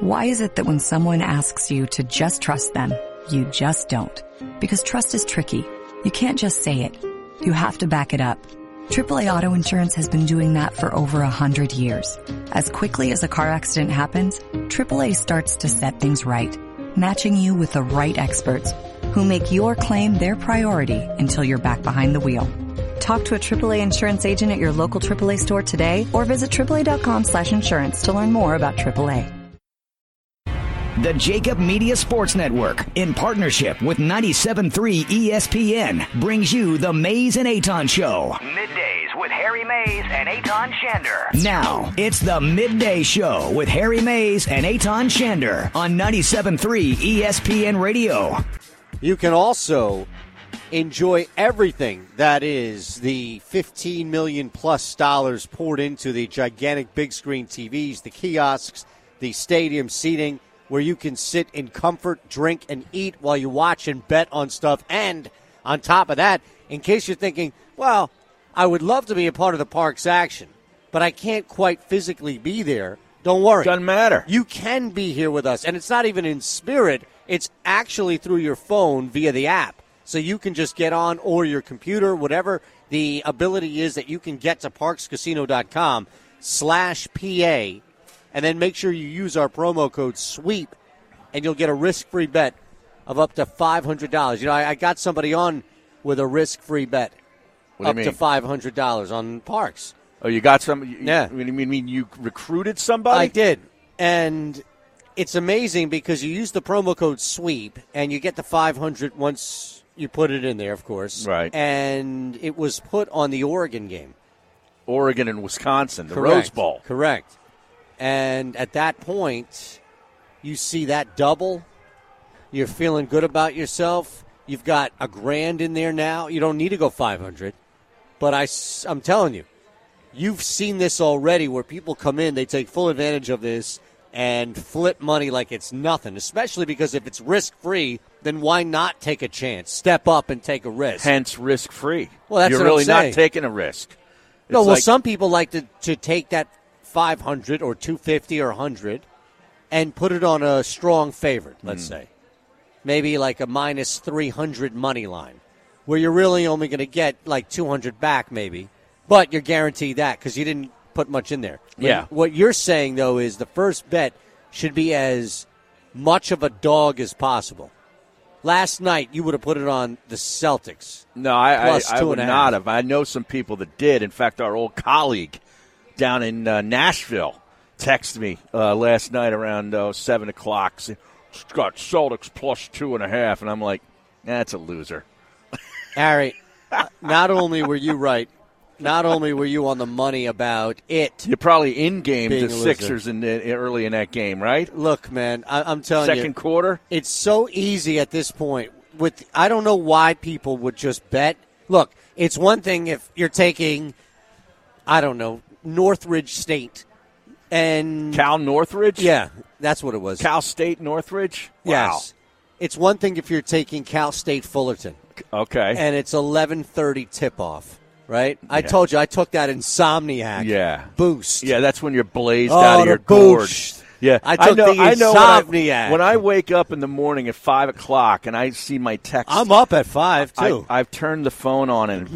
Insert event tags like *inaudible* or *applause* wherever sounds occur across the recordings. Why is it that when someone asks you to just trust them, you just don't? Because trust is tricky. You can't just say it. You have to back it up. AAA Auto Insurance has been doing that for over a hundred years. As quickly as a car accident happens, AAA starts to set things right, matching you with the right experts who make your claim their priority until you're back behind the wheel. Talk to a AAA insurance agent at your local AAA store today or visit AAA.com slash insurance to learn more about AAA. The Jacob Media Sports Network, in partnership with 97.3 ESPN, brings you the Mays and Aton Show. Middays with Harry Mays and Aton Shander. Now, it's the Midday Show with Harry Mays and Aton Shander on 97.3 ESPN Radio. You can also enjoy everything that is the 15 million plus dollars poured into the gigantic big screen TVs, the kiosks, the stadium seating where you can sit in comfort, drink, and eat while you watch and bet on stuff. And on top of that, in case you're thinking, well, I would love to be a part of the park's action, but I can't quite physically be there, don't worry. Doesn't matter. You can be here with us. And it's not even in spirit, it's actually through your phone via the app. So you can just get on or your computer, whatever the ability is that you can get to parkscasino.com slash PA and then make sure you use our promo code SWEEP, and you'll get a risk-free bet of up to five hundred dollars. You know, I, I got somebody on with a risk-free bet What do you up to mean? five hundred dollars on Parks. Oh, you got some? You, Yeah. You, mean, mean you recruited somebody? I did, and it's amazing because you use the promo code SWEEP, and you get the five hundred once you put it in there, of course. Right. And it was put on the Oregon game. Oregon and Wisconsin, the Correct. Rose Bowl. Correct. And at that point, you see that double. You're feeling good about yourself. You've got a grand in there now. You don't need to go 500. But I, am telling you, you've seen this already where people come in, they take full advantage of this and flip money like it's nothing, especially because if it's risk free, then why not take a chance? Step up and take a risk. Hence, risk free. Well, that's you're what I'm really saying. not taking a risk. No, It's well, like- some people like to, to take that 500 or 250 or 100 and put it on a strong favorite, let's Hmm. say. Maybe like a minus 300 money line, where you're really only going to get like 200 back, maybe, but you're guaranteed that because you didn't put much in there. But Yeah. What you're saying, though, is the first bet should be as much of a dog as possible. Last night, you would have put it on the Celtics. No, I, I, Plus I two would and a half. not have. I know some people that did. In fact, our old colleague down in uh, Nashville texted me uh, last night around uh, 7 o'clock. saying, It's got Celtics plus two and a half. And I'm like, that's a loser. Harry, uh, not only were you right, not only were you on the money about it. You're probably in game Being the a loser. Sixers in the, early in that game, right? Look, man, I, I'm telling Second you, quarter? it's so easy at this point. With I don't know why people would just bet. Look, it's one thing if you're taking, I don't know, Northridge State, and Cal Northridge? yeah, that's what it was. Cal State Northridge? Yes, it's one thing if you're taking Cal State Fullerton. Wow. Okay. and it's 11:30 tip off. Right? I Yeah. told you I took that insomniac Yeah. boost. Yeah, that's when you're blazed Oh, out the of your boost. gorge. Yeah, I took know, the I know when, I, insomniac. when I wake up in the morning at five o'clock and I see my text, I'm up at 5 too. I, have turned the phone on and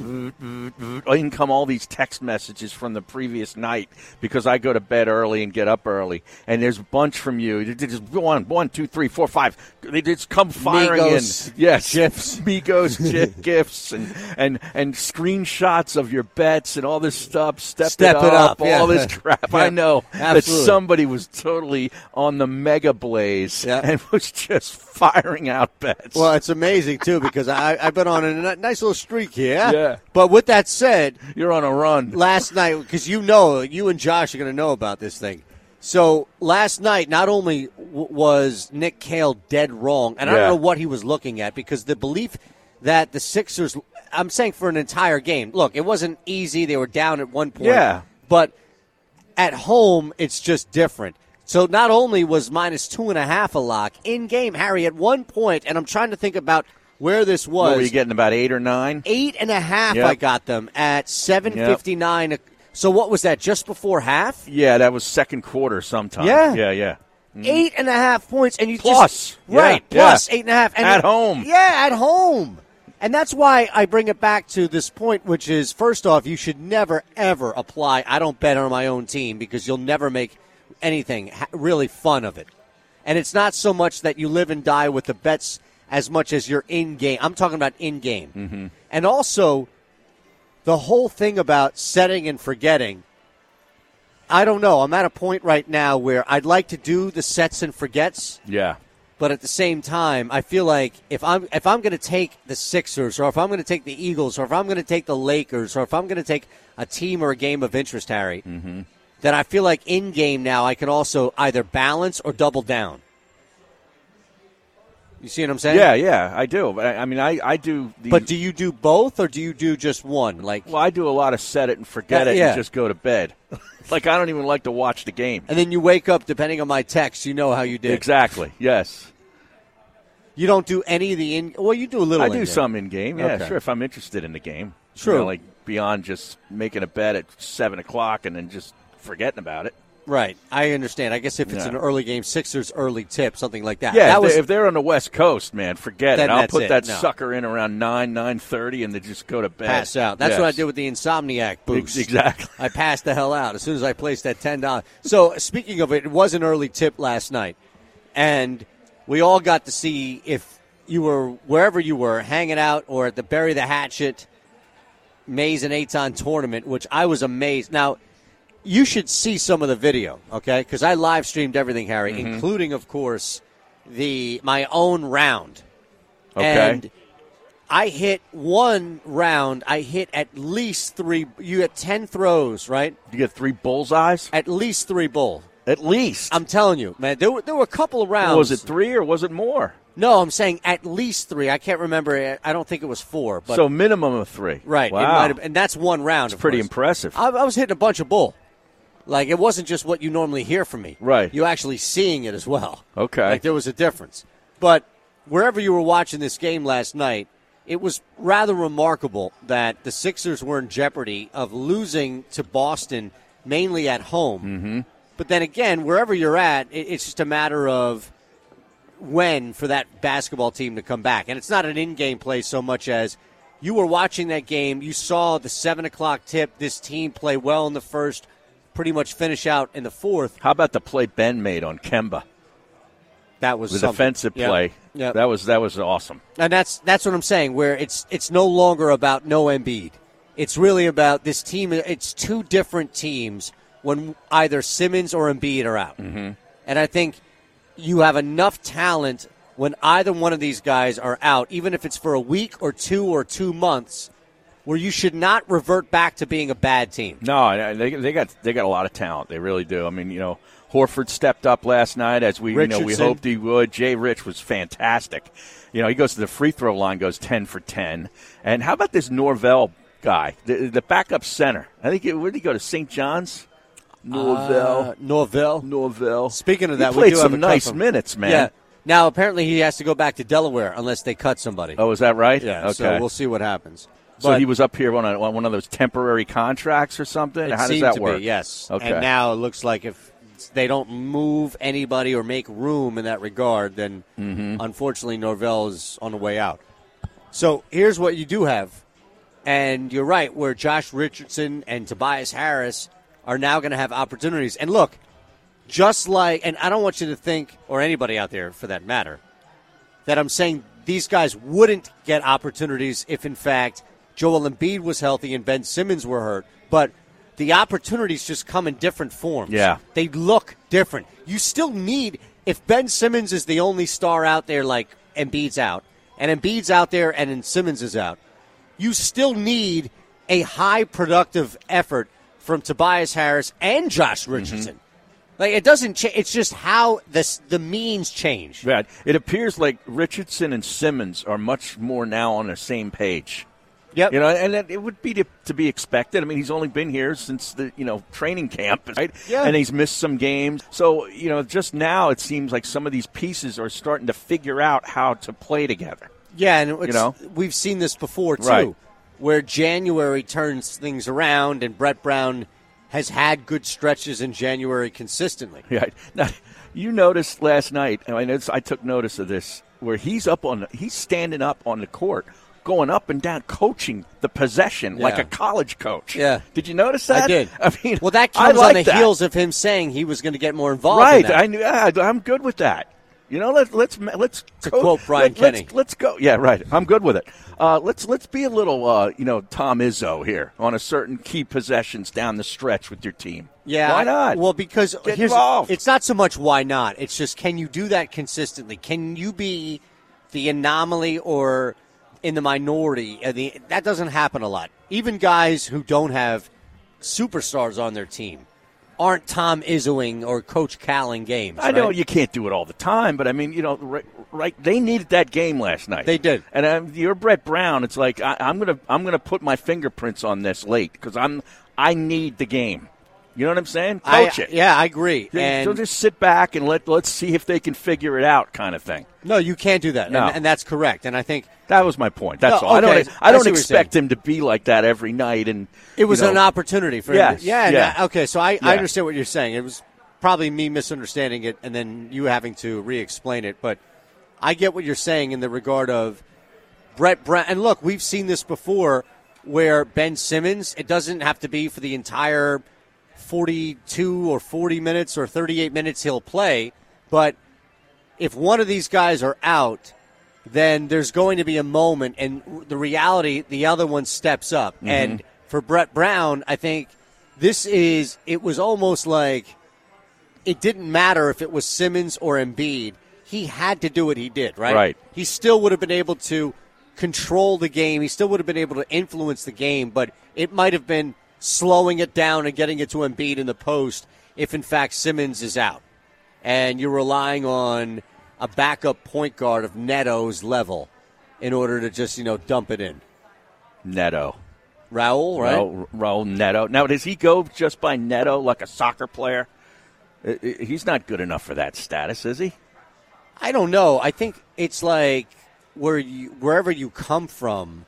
in come all these text messages from the previous night because I go to bed early and get up early. And there's a bunch from you. They Just one, one, two, three, four, five. They just come firing Migos in. Yes, gifs. *laughs* Migos *laughs* gi- gifts and, and and screenshots of your bets and all this stuff. Step, Step it up, all yeah. this *laughs* crap. Yeah, I know that absolutely. somebody was totally on the mega blaze Yeah. and *laughs* was just firing out bets. well, it's amazing too because I, I've been on a ni- nice little streak here. Yeah. But with that said, You're on a run. last night because you know you and Josh are going to know about this thing. So last night, not only w- was Nick Cale dead wrong, and I Yeah. don't know what he was looking at because the belief that the Sixers, I'm saying for an entire game, look, it wasn't easy. They were down at one point. Yeah. But at home, it's just different. So not only was minus two and a half a lock in game, Harry, at one point, and I'm trying to think about where this was What were you getting about eight or nine? eight and a half. Yep. I got them at seven fifty nine. So what was that? Just before half? Yeah, that was second quarter sometime. Yeah. yeah, yeah. Eight and a half points, and you Mm-hmm. Plus. just right Yeah, plus yeah. eight and a half and At home. Yeah, at home, and that's why I bring it back to this point, which is first off, you should never ever apply. I don't bet on my own team because you'll never make anything ha- really fun of it, and it's not so much that you live and die with the bets as much as you're in game. I'm talking about in game, Mm-hmm. and also the whole thing about setting and forgetting. I don't know. I'm at a point right now where I'd like to do the sets and forgets, Yeah. but at the same time, I feel like if I'm if I'm going to take the Sixers or if I'm going to take the Eagles or if I'm going to take the Lakers or if I'm going to take a team or a game of interest, Harry, Mm-hmm. then I feel like in game now I can also either balance or double down. You see what I'm saying? Yeah, yeah, I do. I, I mean, I, I do. The, But do you do both or do you do just one? Like, well, I do a lot of set it and forget Yeah, it yeah. and just go to bed. *laughs* like I don't even like to watch the game. and then you wake up depending on my text, you know how you did. Exactly. Yes. You don't do any of the in. Well, you do a little. I in do game. some in game. Yeah, Okay. sure. If I'm interested in the game, You True. know, like beyond just making a bet at seven o'clock and then just forgetting about it. Right, I understand. I guess if it's Yeah. an early game, Sixers early tip, something like that. Yeah, that if, was they, if they're on the West Coast, man, forget Then it. I'll that's put it. that No. sucker in around nine nine thirty, and then just go to bed. pass out. That's what I Yes. did with the insomniac boost. exactly. I passed the hell out as soon as I placed that ten dollars. So speaking of it, it was an early tip last night, and we all got to see if you were wherever you were hanging out or at the bury the hatchet Mays and Aton tournament, which I was amazed. Now you should see some of the video, okay? Because I live streamed everything, Harry, Mm-hmm. including of course the my own round. Okay. And I hit one round. I hit at least three. You had ten throws, right? You get three bullseyes At least three bull. at least. I'm telling you, man. There were, there were a couple of rounds. was it three or was it more? No, I'm saying at least three. I can't remember. I don't think it was four. But so minimum of three. right, it Wow. might have- and that's one round. It's of pretty course. impressive. I, I was hitting a bunch of bull. Like it wasn't just what you normally hear from me. Right. You actually seeing it as well. Okay. Like there was a difference. But wherever you were watching this game last night, it was rather remarkable that the Sixers were in jeopardy of losing to Boston mainly at home. Mm-hmm. But then again, wherever you're at, it, it's just a matter of when for that basketball team to come back. And it's not an in game play so much as you were watching that game, you saw the 7 o'clock tip, this team play well in the first, pretty much finish out in the fourth. How about the play Ben made on Kemba? That was The something. defensive Yep. play. Yep. That was that was awesome. and that's that's what I'm saying. Where it's it's no longer about no Embiid. It's really about this team. It's two different teams when either Simmons or Embiid are out. Mm-hmm. And I think you have enough talent when either one of these guys are out, even if it's for a week or two or two months, where you should not revert back to being a bad team. No, I- I- they, they got they got a lot of talent. They really do. I mean, you know, Horford stepped up last night as we you know we Richardson. hoped he would. Jay Rich was fantastic. You know, he goes to the free throw line, goes ten for ten. And how about this Norvell guy, the, the backup center? I think it, where did he go to St. John's? Norvell, Uh, Norville. Norvell. Speaking of that, he played we do some have a cut nice from- minutes, man. Yeah. Now apparently he has to go back to Delaware unless they cut somebody. Oh, is that right? Yeah, Okay. so we'll see what happens. So But he was up here on, a, on one of those temporary contracts or something. it How does seemed that to work? Be, yes. Okay. And now it looks like if they don't move anybody or make room in that regard, then Mm-hmm. unfortunately Norvell is on the way out. So here's what you do have, and you're right where Josh Richardson and Tobias Harris are now going to have opportunities. And look, just like, and I don't want you to think, or anybody out there for that matter, that I'm saying these guys wouldn't get opportunities if, in fact, Joel Embiid was healthy and Ben Simmons were hurt. But the opportunities just come in different forms. Yeah. They look different. You still need, if Ben Simmons is the only star out there, like Embiid's out, and Embiid's out there and then Simmons is out, you still need a high productive effort from Tobias Harris and Josh Richardson. Like it doesn't change. It's just how this the means change. Right. It appears like Richardson and Simmons are much more now on the same page. Yep. You know, and that it would be to, to be expected. I mean, he's only been here since the you know training camp, *laughs* right? Yeah. And he's missed some games. So you know, just now it seems like some of these pieces are starting to figure out how to play together. Yeah, and it's, know? we've seen this before too, Right. where January turns things around, *laughs* and Brett Brown has had good stretches in January consistently. Right. Now, You noticed last night, and I noticed, I took notice of this, where he's up on, he's standing up on the court, going up and down, coaching the possession like Yeah. a college coach. Yeah. did you notice that? I did. *laughs* I mean, well, that I comes like on the that. heels of him saying he was going to get more involved. in Right. that. I knew. I, I'm good with that. You know, let, let's ma- let's To quote Brian let's- Kenny. Let's, go. Yeah, right. I'm good with it. Uh, let's let's be a little, uh, you know, Tom Izzo here on a certain key possessions down the stretch with your team. Yeah. Why not? Well, because Get here's, involved. it's not so much why not. It's just can you do that consistently? Can you be the anomaly or in the minority? Uh, the, that doesn't happen a lot. Even guys who don't have superstars on their team aren't Tom Izzoing or Coach Calling games. I know right? you can't do it all the time, but I mean, you know, right? right they needed that game last night. They did. And um, you're Brett Brown. It's like I, I'm gonna I'm gonna put my fingerprints on this late because I'm I need the game. You know what I'm saying? I- Coach it. Yeah, I agree. They- and so just sit back and let let's see if they can figure it out, kind of thing. no, you can't do that. No. And, and that's correct. And I think That was my point. That's No, all. I okay. don't I I see don't what you're expect him to be like that every night. And It was you know, an opportunity for him. Yes, to- yeah, yeah. yeah. okay, so I, Yeah. I understand what you're saying. It was probably me misunderstanding it and then you having to re explain it. But I get what you're saying in the regard of Brett Brown. And look, we've seen this before where Ben Simmons, it doesn't have to be for the entire 42 or 40 minutes or 38 minutes he'll play. But if one of these guys are out, then there's going to be a moment, and the reality, the other one steps up. And for Brett Brown, I think this is, it was almost like it didn't matter if it was Simmons or Embiid. He had to do what he did, right? Right. He still would have been able to control the game. He still would have been able to influence the game, but it might have been slowing it down and getting it to Embiid in the post if, in fact, Simmons is out. And you're relying on a backup point guard of Neto's level in order to just, you know, dump it in. Neto, Raul, right? Raul, Raul Neto. Now does he go just by Neto like a soccer player? Uh, uh, He's not good enough for that status, is he? I don't know. I think it's like where you, wherever you come from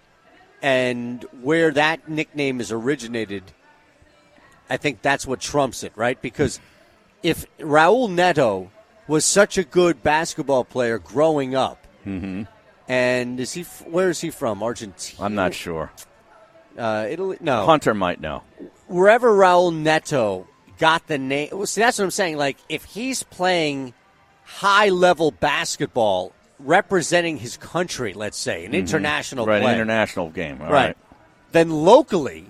and where that nickname is originated. I think that's what trumps it, right? Because if Raul Neto was such a good basketball player growing up, and is he? f- Where is he from? Argentina? I'm not sure. Uh, Italy? No Hunter might know. wherever Raul Neto got the name. Well, see, that's what I'm saying. Like, if he's playing high level basketball, representing his country, let's say, an international Mm-hmm. Right, an player, international game. All right, then locally,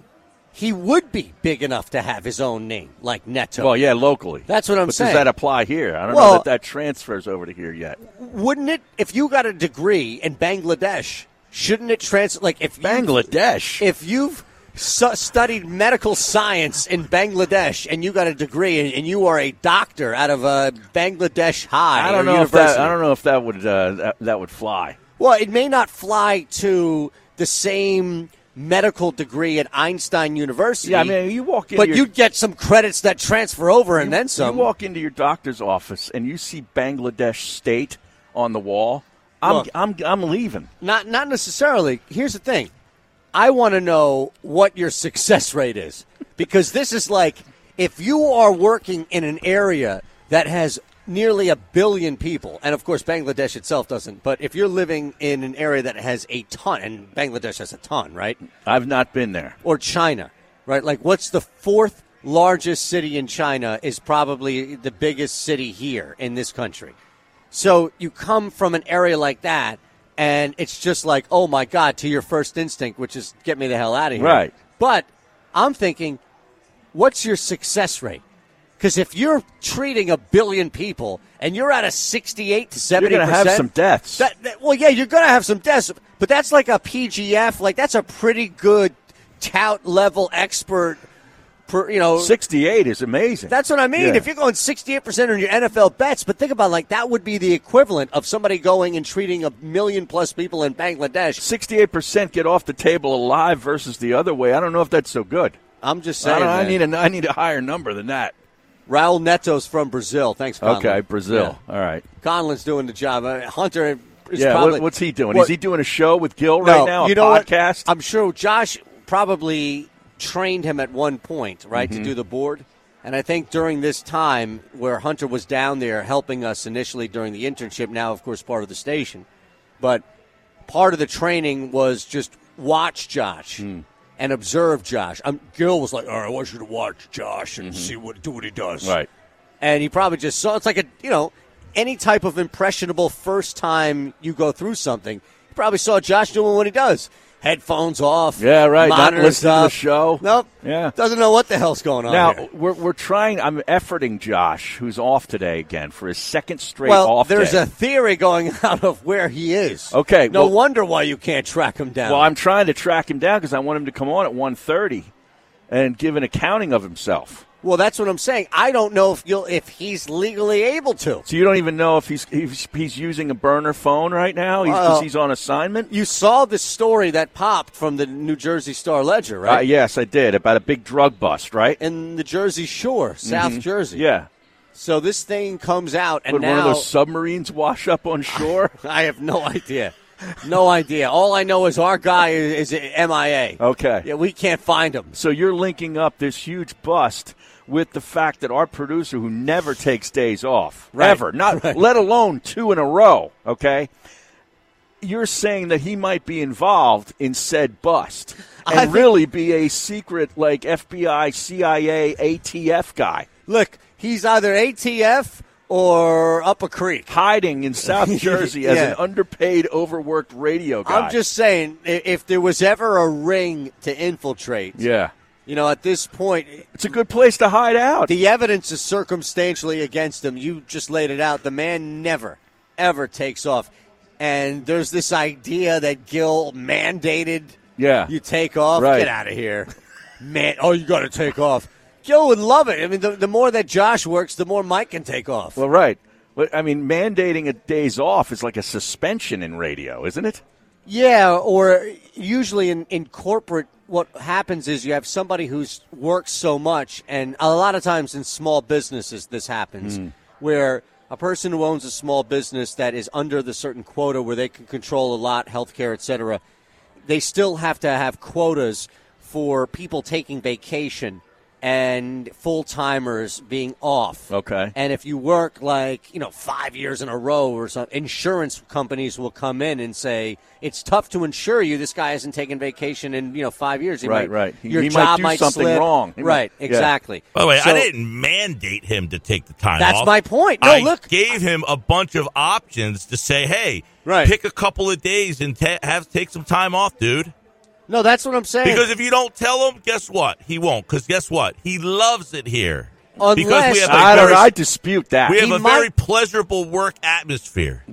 he would be big enough to have his own name, like Neto. Well, yeah, locally. That's what I'm but saying. Does that apply here? I don't know Well- that that transfers over to here yet. Wouldn't it, if you got a degree in Bangladesh, shouldn't it translate? Like, if you- Bangladesh. if you've su- studied medical science in Bangladesh and you got a degree and, and you are a doctor out of uh, Bangladesh High, I don't or know if university. that. I don't know if that would uh, that, that would fly. Well, it may not fly to the same medical degree at Einstein University. Yeah, I mean, you walk in but your- you'd get some credits that transfer over and then some. You walk into your doctor's office and you see Bangladesh State on the wall. I'm Look. I'm I'm leaving. Not not necessarily. Here's the thing. I want to know what your success rate is because this is like if you are working in an area that has nearly a billion people, and of course Bangladesh itself doesn't, but if you're living in an area that has a ton, and Bangladesh has a ton, right? I've not been there. Or China, right? Like what's the fourth largest city in China is probably the biggest city here in this country. So you come from an area like that, and it's just like, oh my God, to your first instinct, which is get me the hell out of here. Right. But I'm thinking, what's your success rate? Because if you're treating a billion people and you're at a 68 to 70 You're going to have some deaths. that, that- well, yeah, you're going to have some deaths, but that's like a PGF. Like that's a pretty good tout level expert. Per, you know, 68 is amazing. that's what I mean. Yeah. If you're going 68 percent on your NFL bets, but think about it, like that would be the equivalent of somebody going and treating a million plus people in Bangladesh. 68% get off the table alive versus the other way. I don't know if that's so good. I'm just I, saying. don't- I man. need a I need a higher number than that. Raul Neto's from Brazil. Thanks, Conlon. Okay, Brazil. All right. Yeah. Conlon's doing the job. Uh, Hunter is yeah, probably. what, what's he doing? What- Is he doing a show with Gil No, right now? You a know what? podcast? Mm-hmm. I'm sure Josh probably trained him at one point, right, to do the board. And I think during this time where Hunter was down there helping us initially during the internship, now, of course, part of the station, but part of the training was just watch Josh Hmm. and observe Josh. Um, Gil was like, all right, I want you to watch Josh and see what, do what he does. Mm-hmm. Right. And he probably just saw it's like a, you know, any type of impressionable first time you go through something. He probably saw Josh doing what he does. Headphones off. Yeah, right. Not monitors listening to the up. show. Nope. Yeah. Doesn't know what the hell's going on. Now here. we're, we're trying. I'm efforting Josh, who's off today again for his second straight well, off. there's day. a theory going *laughs* out of where he is. Okay, No well- wonder why you can't track him down. Well, I'm trying to track him down because I want him to come on at 1:30 and give an accounting of himself. well, that's what I'm saying. I don't know if you'll if he's legally able to. So you don't even know if he's he's, he's using a burner phone right now. He's, 'cause Well- he's on assignment. You saw this story that popped from the New Jersey Star Ledger, Uh, right? yes, I did about a big drug bust, right? In the Jersey Shore, South Jersey. Mm-hmm. yeah. So this thing comes out, and Would now one of those submarines wash up on *laughs* shore? *laughs* I have no idea. No idea. All I know is our guy is, is MIA. Okay. Yeah, we can't find him. so you're linking up this huge bust with the fact that our producer, who never takes days off, Right. ever, *laughs* not let alone two in a row, okay? You're saying that he might be involved in said bust and I think- really be a secret, like FBI, CIA, ATF guy Look, he's either ATF or up a creek. *laughs* hiding in South Jersey as Yeah. an underpaid, overworked radio guy. I'm just saying, i- if there was ever a ring to infiltrate, yeah. you know, at this point, It's a good place to hide out. the evidence is circumstantially against him. You just laid it out. The man never, ever takes off. And there's this idea that Gil mandated Yeah. you take off. Right. Get out of here. Man, oh, you got to take off. Gil would love it. I mean, the, the more that Josh works, the more Mike can take off. Well, right. But, I mean, mandating a days off is like a suspension in radio, isn't it? Yeah, or usually in, in corporate, what happens is you have somebody who's worked so much, and a lot of times in small businesses, this happens where a person who owns a small business that is under the certain quota where they can control a lot, healthcare, etc., they still have to have quotas for people taking vacation and full timers being off. Okay. And if you work like, you know, five years in a row or something, insurance companies will come in and say, it's tough to insure you. This guy hasn't taken vacation in, you know, five years. He Right, might- right. He- Your he might job do something slip. wrong. He might- Right, yeah. exactly. By the way, So- I didn't mandate him to take the time That's off. my point. No, I look- gave him a bunch of options to say, hey, Right. pick a couple of days and ta- have take some time off, dude. No, that's what I'm saying. Because if you don't tell him, guess what? He won't. Because guess what? He loves it here. because Unless- we have a I don't. very, I dispute that. we have He a might- very pleasurable work atmosphere,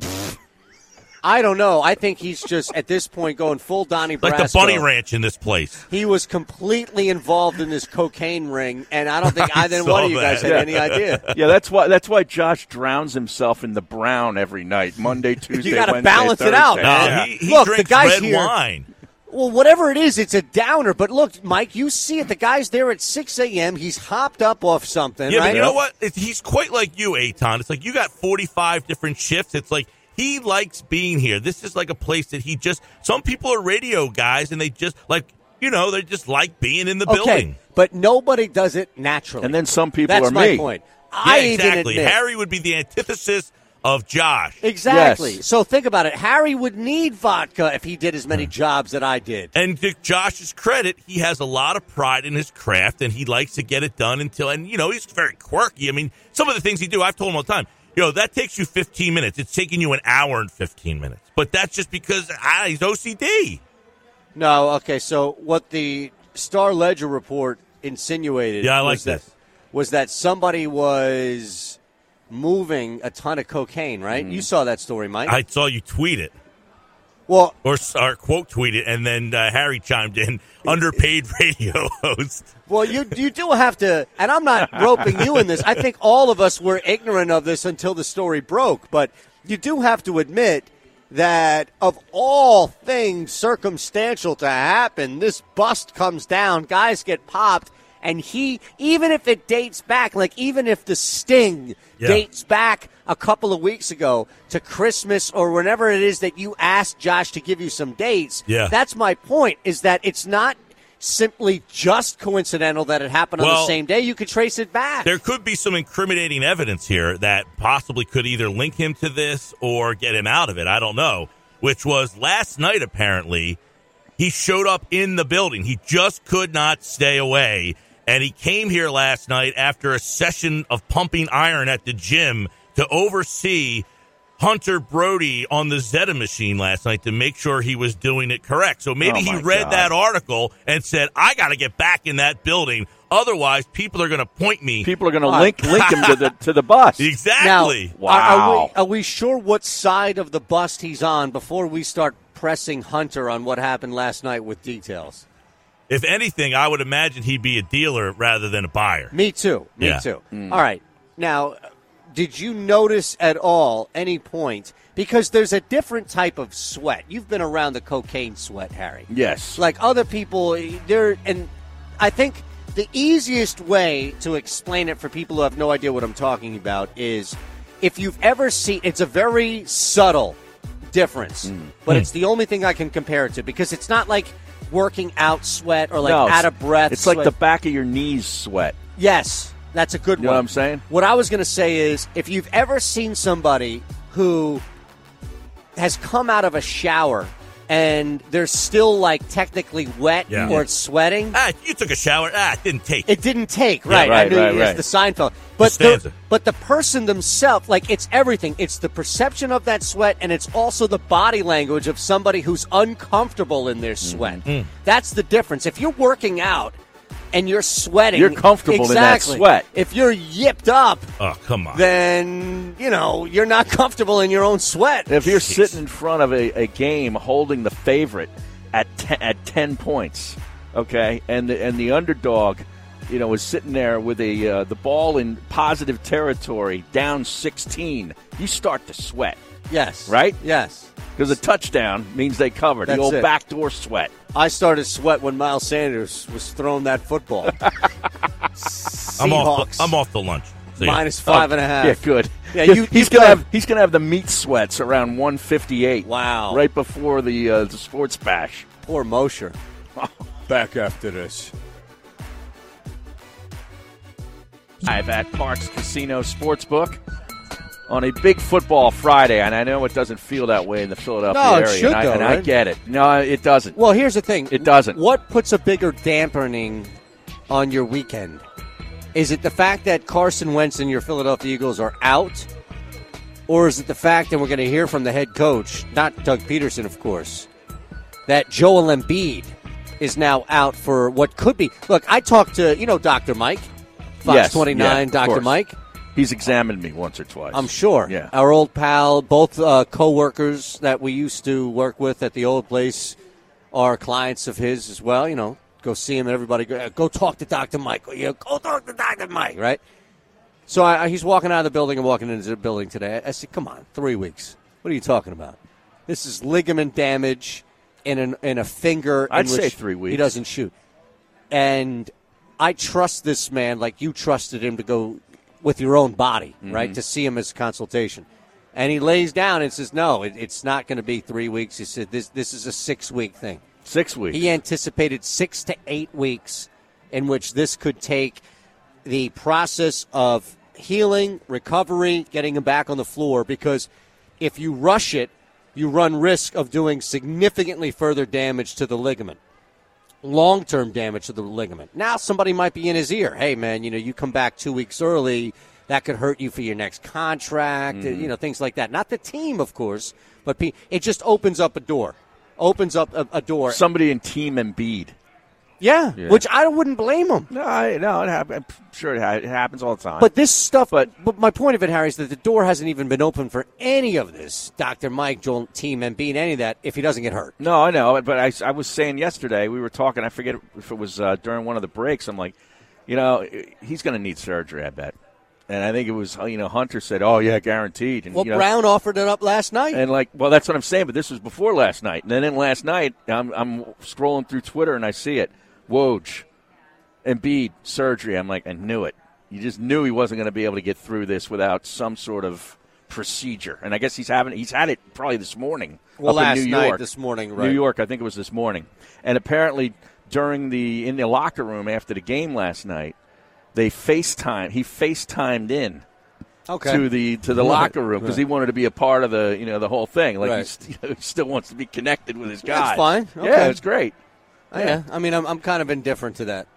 I don't know. I think he's just, at this point, going full Donnie Brasco. like the bunny ranch in this place. He was completely involved in this cocaine ring, and I don't think *laughs* I either one of saw you guys that. had any *laughs* idea. *laughs* yeah, that's why. That's why Josh drowns himself in the brown every *laughs* night, Monday, Tuesday. gotta Wednesday, balance it Thursday. out, No, Yeah. man. Uh, he, he Look, the drinks guys red here- wine. Well, whatever it is, it's a downer. But look, Mike, you see it. The guy's there at 6 a.m. He's hopped up off something, Yeah, right? but you know what? It's, he's quite like you, Aton. It's like you got 45 different shifts. It's like he likes being here. This is like a place that he just. Some people are radio guys, and they just like you know they just like being in the Okay, building. but nobody does it naturally. And then some people That's are my me. point. Yeah, I even exactly. admit. Harry would be the antithesis of Josh. exactly. Yes. So think about it. Harry would need vodka if he did as Hmm. many jobs that I did. And to Josh's credit, he has a lot of pride in his craft, and he likes to get it done until. And you know, he's very quirky. I mean, some of the things he do, I've told him all the time. Yo, that takes you 15 minutes. It's taking you an hour and 15 minutes. But that's just because ah, he's OCD. No, okay. So what the Star Ledger report insinuated? Yeah, I like was that, this. Was that somebody was moving a ton of cocaine? Right? You saw that story, Mike. Mm-hmm. I saw you tweet it. well, or, or quote tweet it, and then uh, Harry chimed in, *laughs* underpaid radio *laughs* host. Well, you you do have to, and I'm not roping you in this. I think all of us were ignorant of this until the story broke, but you do have to admit that of all things circumstantial to happen, this bust comes down, guys get popped, and he, even if it dates back, like even if the sting Yeah. dates back a couple of weeks ago to Christmas or whenever it is that you asked Josh to give you some dates, Yeah. that's my point is that it's not simply just coincidental that it happened on Well, the same day. You could trace it back. There could be some incriminating evidence here that possibly could either link him to this or get him out of it. I don't know. Which was last night, apparently, he showed up in the building. He just could not stay away. And he came here last night after a session of pumping iron at the gym to oversee Hunter Brody on the Zeta machine last night to make sure he was doing it correct. So maybe Oh, he my read God. that article and said, I got to get back in that building. Otherwise, people are going to point *laughs* me People are going to link link him to the to *laughs* the bus. now, Exactly. are- are, Wow. we, are we sure what side of the bust he's on before we start pressing Hunter on what happened last night with details? if anything, I would imagine he'd be a dealer rather than a buyer. Me too. Me Yeah. too. All right. Now, did you notice at all any point? Because there's a different type of sweat. You've been around the cocaine sweat, Harry. Yes. Like other people, they're and I think the easiest way to explain it for people who have no idea what I'm talking about is if you've ever seen. It's a very subtle difference, Mm. but Hmm. it's the only thing I can compare it to because it's not like working out sweat or like No, out of breath. It's sweat. like the back of your knees sweat. Yes, that's a good You know one. what I'm saying? What I was going to say is if you've ever seen somebody who has come out of a shower and they're still like technically wet Yeah. or it's sweating, Ah, you took a shower. Ah, it didn't take. it didn't take, right? right, I knew right, it right. was the Seinfeld. But stanza. the, but the person themselves, like it's everything. It's the perception of that sweat, and it's also the body language of somebody who's uncomfortable in their Mm-hmm. sweat. Mm. That's the difference. If you're working out and you're sweating, You're comfortable in that exactly. sweat. If you're yipped up, oh, come on. then you know you're not comfortable in your own sweat. If you're Jeez. sitting in front of a, a game holding the favorite at ten, at ten points, okay, and the, and the underdog, you know, is sitting there with a uh, the ball in positive territory, down sixteen, you start to sweat Yes, Right? Yes. because a touchdown means they covered. The That's old it. backdoor sweat. I started sweat when Miles Sanders was throwing that *laughs* football. I'm off. Seahawks. The, I'm off the lunch. So, yeah. minus five and a half. Oh. Yeah, good. Yeah, you- he's you gonna could- have he's gonna have the meat sweats around 158. Wow. right before the uh, the sports bash. Poor Mosher. Back after this. Live at Parks Casino Sportsbook on a big football Friday, and I know it doesn't feel that way in the Philadelphia No, it area. should, and, I, though, and I right? get it. No, it doesn't. Well, here's the thing. It doesn't. What puts a bigger dampening on your weekend? Is it the fact that Carson Wentz and your Philadelphia Eagles are out? Or is it the fact that we're going to hear from the head coach, not Doug Peterson, of course, that Joel Embiid is now out for what could be? Look, I talked to, you know, Dr. Mike, Fox Yes, 29, yeah, of Dr. course. Mike. He's examined me once or twice. I'm sure. Yeah. Our old pal, both uh, co-workers that we used to work with at the old place are clients of his as well. You know, go see him. Everybody, go, uh, go talk to Dr. Mike. You know, go talk to Dr. Mike, right? So I, I- he's walking out of the building and walking into the building today. I said, come on, three weeks. What are you talking about? This is ligament damage in, an, in a finger. in I'd say which three He weeks. doesn't shoot. And I trust this man like you trusted him to go with your own body, Mm-hmm. right? To see him as consultation. And he lays down and says, no, it, it's not going to be three weeks. He said, this, this is a six week thing. Six weeks. He anticipated six to eight weeks in which this could take the process of healing, recovery, getting him back on the floor. Because if you rush it, you run risk of doing significantly further damage to the ligament, long term damage to the ligament. Now somebody might be in his ear. Hey, man, you know, you come back two weeks early. That could hurt you for your next contract, you know, things like that. Not the team, of course, but pe- it just opens up a door. Opens up a, a door. Somebody in Team Embiid. Yeah, which I wouldn't blame him. No, I, no, it hap- I'm sure it, ha- it happens all the time. But this stuff. But, But- but my point of it, Harry, is that the door hasn't even been open for any of this. Doctor Mike, Joel, Team, and being any of that, if he doesn't get hurt. No, I know, but I, I was saying yesterday we were talking. I forget if it was uh, during one of the breaks. I'm like, you know, he's going to need surgery, I bet. And I think it was you know Hunter said, oh yeah, guaranteed. And, Well, you know, Brown offered it up last night. and like, well, that's what I'm saying. But this was before last night. And then in last night, I'm, I'm scrolling through Twitter and I see it. Woj, Embiid surgery. I'm like, I knew it. You just knew he wasn't going to be able to get through this without some sort of procedure. And I guess he's having he's had it probably this morning. Well, up in last New night, York. this morning, New right. York. I think it was this morning. And apparently, during the in the locker room after the game last night, they FaceTime. He FaceTimed in Okay. to the to the Right, locker room because right. he wanted to be a part of the you know the whole thing. Like he, Right. st- *laughs* he still wants to be connected with his guys. That's fine. Yeah, Okay. it's great. Oh, yeah. I mean, I'm, I'm kind of indifferent to that.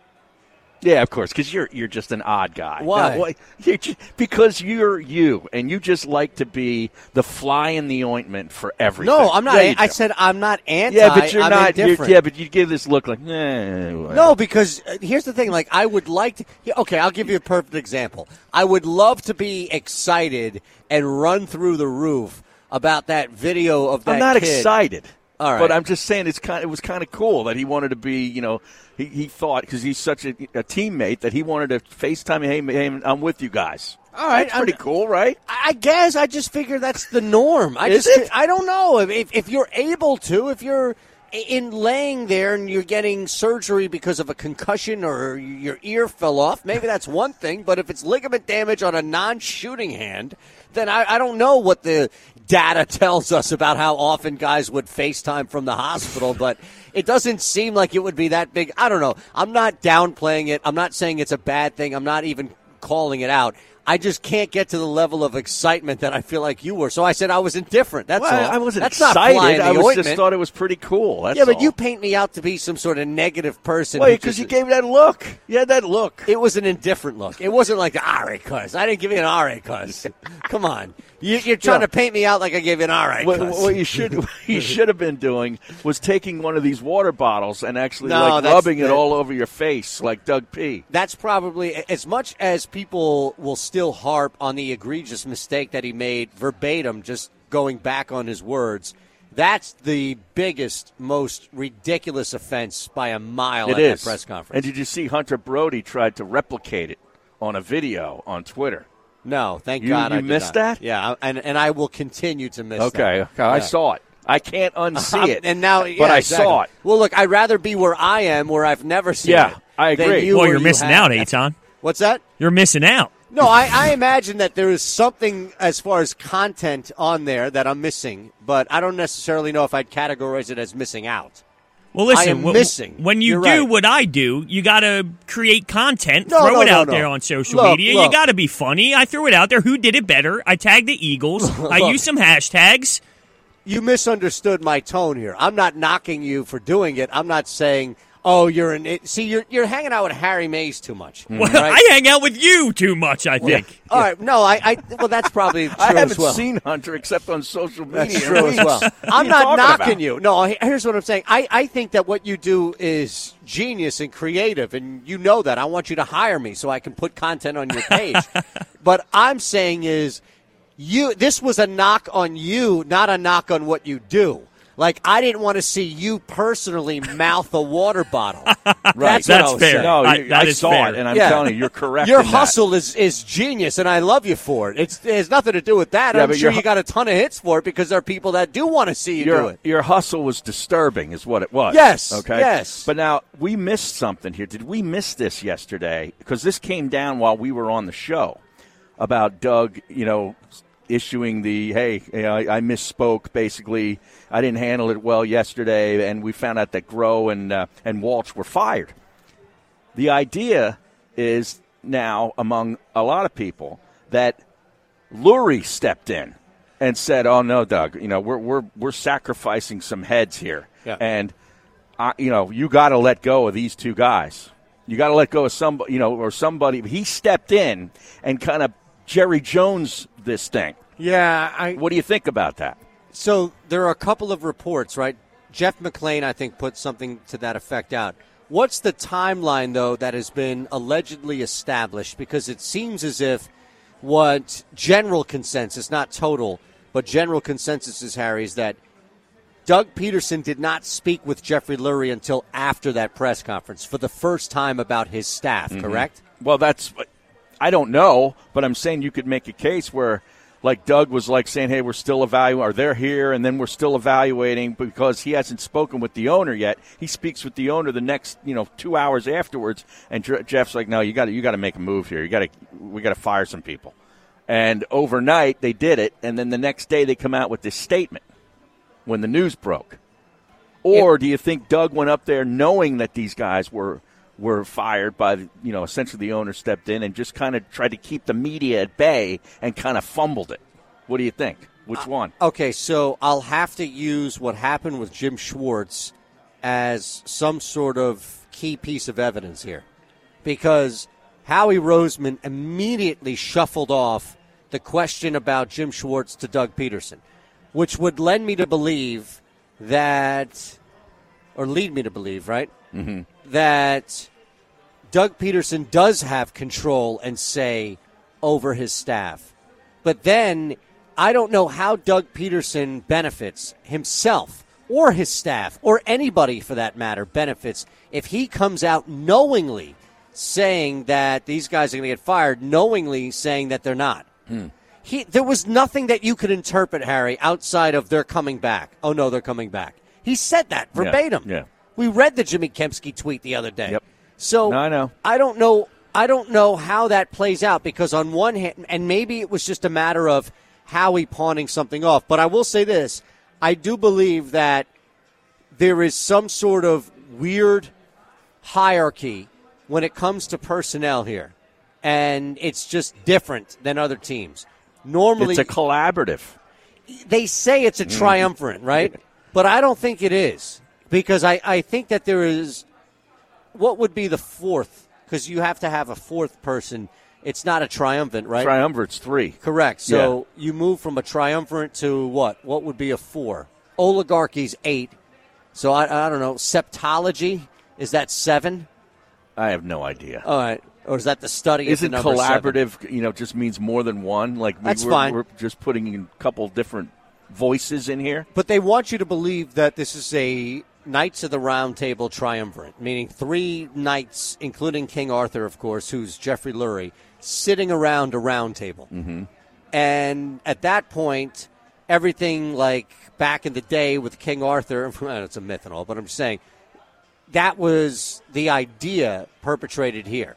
Yeah, of course, because you're you're just an odd guy. Why? No, you're ju- because you're you, and you just like to be the fly in the ointment for everything. No, I'm not. Yeah, you I do. said I'm not anti. Yeah, but you're I'm not. You're, Indifferent. yeah, but you give this look like. Eh, well. No, because uh, here's the thing. Like, I would like to. yeah, Okay, I'll give you a perfect example. I would love to be excited and run through the roof about that video of that. I'm not kid. excited. All right. But I'm just saying it's kind. It was kind of cool that he wanted to be. You know, he, he thought because he's such a, a teammate that he wanted to Facetime. Hey, hey, I'm with you guys. All right, that's pretty I'm- cool, right? I I guess I just figure that's the norm. I Is just it? I don't know if, if if you're able to if you're i- in laying there and you're getting surgery because of a concussion or your ear fell off, maybe that's one thing. But if it's ligament damage on a non-shooting hand, then I, I don't know what the data *laughs* tells us about how often guys would FaceTime from the hospital. But it doesn't seem like it would be that big. I don't know. I'm not downplaying it. I'm not saying it's a bad thing. I'm not even calling it out. I just can't get to the level of excitement that I feel like you were. So I said I was indifferent. That's Well, all. I wasn't That's excited. Not flying I the was ointment. just thought it was pretty cool. That's yeah, but all. you paint me out to be some sort of negative person. Well, who just- because you gave that look. You had that look. It was an indifferent look. It wasn't like the all right cuz. I didn't give you an all right *laughs* cuz. Come on, you, you're trying Yeah. to paint me out like I gave you an all right What, cuz. what you *laughs* should what you should have been doing was taking one of these water bottles and actually No, like that's- rubbing it that- all over your face, like Doug P. that's probably as much as people will still harp on the egregious mistake that he made verbatim, just going back on his words. That's the biggest, most ridiculous offense by a mile It at is that press conference. And did you see Hunter Brody tried to replicate it on a video on Twitter? no, thank You- God you I did missed not. that? Yeah, I- and and I will continue to miss. Okay, that. okay, I Yeah. saw it. *laughs* I can't unsee I'm- it. and now, yeah, but I exactly. saw it. Well, look, I'd rather be where I am, where I've never seen Yeah, it. I than agree. you Well, where you're you missing have. out, Aton. What's that? You're missing out. No, I, I imagine that there is something as far as content on there that I'm missing, but I don't necessarily know if I'd categorize it as missing out. Well, listen. I am wh- missing. When you You're do right. what I do, you got to create content, No, throw no, it no, out no. there on social Look, media. look. You got to be funny. I threw it out there. Who did it better? I tagged the *laughs* Eagles. I Look. Mm, used some hashtags. You misunderstood my tone here. I'm not knocking you for doing it. I'm not saying, oh, you're an. It. See, you're, you're hanging out with Harry Mays too much. Well, *laughs* right? I hang out with you too much. I think. All right. No, I, I. Well, that's probably true *laughs* I as haven't well. seen Hunter except on social media. That's true as well. I'm not knocking you. No, he- here's what I'm saying. I, I think that what you do is genius and creative, and you know that. I want you to hire me so I can put content on your *laughs* page. but I'm saying is you. This was a knock on you, not a knock on what you do. Like I didn't want to see you personally mouth a water *laughs* bottle. Right, what I That's was fair. saying. No, I- you- that I is saw fair. it, and I'm Yeah. telling you, you're correct. Your in that. hustle is is genius, and I love you for it. It's, it has nothing to do with that. Yeah, I'm but sure your hu- you got a ton of hits for it because there are people that do want to see you do your, it. your hustle was disturbing, is what it was. Yes, Okay. yes. But now we missed something here. Did we miss this yesterday? Because this came down while we were on the show about Doug, you know, issuing the hey, you know, I, I misspoke. Basically, I didn't handle it well yesterday, and we found out that Grow and uh, and Walsh were fired. The idea is now among a lot of people that Lurie stepped in and said, "Oh no, Doug, you know we're we're we're sacrificing some heads here, Yeah. and I, you know you got to let go of these two guys. You got to let go of some, you know, or somebody." He stepped in and kind of Jerry Jones this thing. Yeah, I What do you think about that? So there are a couple of reports, right? Jeff McLean, I think, put something to that effect out. What's the timeline, though, that has been allegedly established? Because it seems as if what general consensus, not total, but general consensus is, Harry, is that Doug Peterson did not speak with Jeffrey Lurie until after that press conference for the first time about his staff, correct? Well, that's I don't know, but I'm saying you could make a case where like Doug was like saying, "Hey, we're still evaluating, or they're here, and then we're still evaluating because he hasn't spoken with the owner yet. He speaks with the owner the next, you know, two hours afterwards, and Je- Jeff's like, "No, you got to you got to make a move here. You got to we got to fire some people." And overnight they did it, and then the next day they come out with this statement when the news broke. Or do you think Doug went up there knowing that these guys were were fired by the- you know essentially the owner stepped in and just kind of tried to keep the media at bay and kind of fumbled it? What do you think? Which one? Okay, so I'll have to use what happened with Jim Schwartz as some sort of key piece of evidence here. Because Howie Roseman immediately shuffled off the question about Jim Schwartz to Doug Peterson, which would lend me to believe that, or lead me to believe, right? Mm-hmm. That Doug Peterson does have control and say over his staff. But then I don't know how Doug Peterson benefits himself or his staff or anybody for that matter benefits if he comes out knowingly saying that these guys are going to get fired, knowingly saying that they're not. Hmm. He, there was nothing that you could interpret, Harry, outside of they're coming back. Oh, no, they're coming back. He said that verbatim. yeah. We read the Jimmy Kemsky tweet the other day. Yep. So No, I know. I don't know. I don't know how that plays out because on one hand, and maybe it was just a matter of Howie pawning something off. But I will say this: I do believe that there is some sort of weird hierarchy when it comes to personnel here, and it's just different than other teams. Normally, It's a collaborative. they say it's a triumvirate, right? But I don't think it is because I, I think that there is what would be the fourth because you have to have a fourth person. It's not a triumphant, right? Triumvirate's three. Correct. So you move from a triumvirate to what? What would be a four? Oligarchy's eight. So I, I don't know. Septology is that seven? I have no idea. All right, or is that the study? of the Isn't number seven? collaborative, you know, just means more than one? Like we That's we're, fine. we're just putting in a couple different voices in here. But they want you to believe that this is a Knights of the Round Table triumvirate, meaning three knights, including King Arthur, of course, who's Geoffrey Lurie, sitting around a round table. Mm-hmm. And at that point, everything like back in the day with King Arthur, *laughs* well, it's a myth and all, but I'm just saying that was the idea perpetrated here.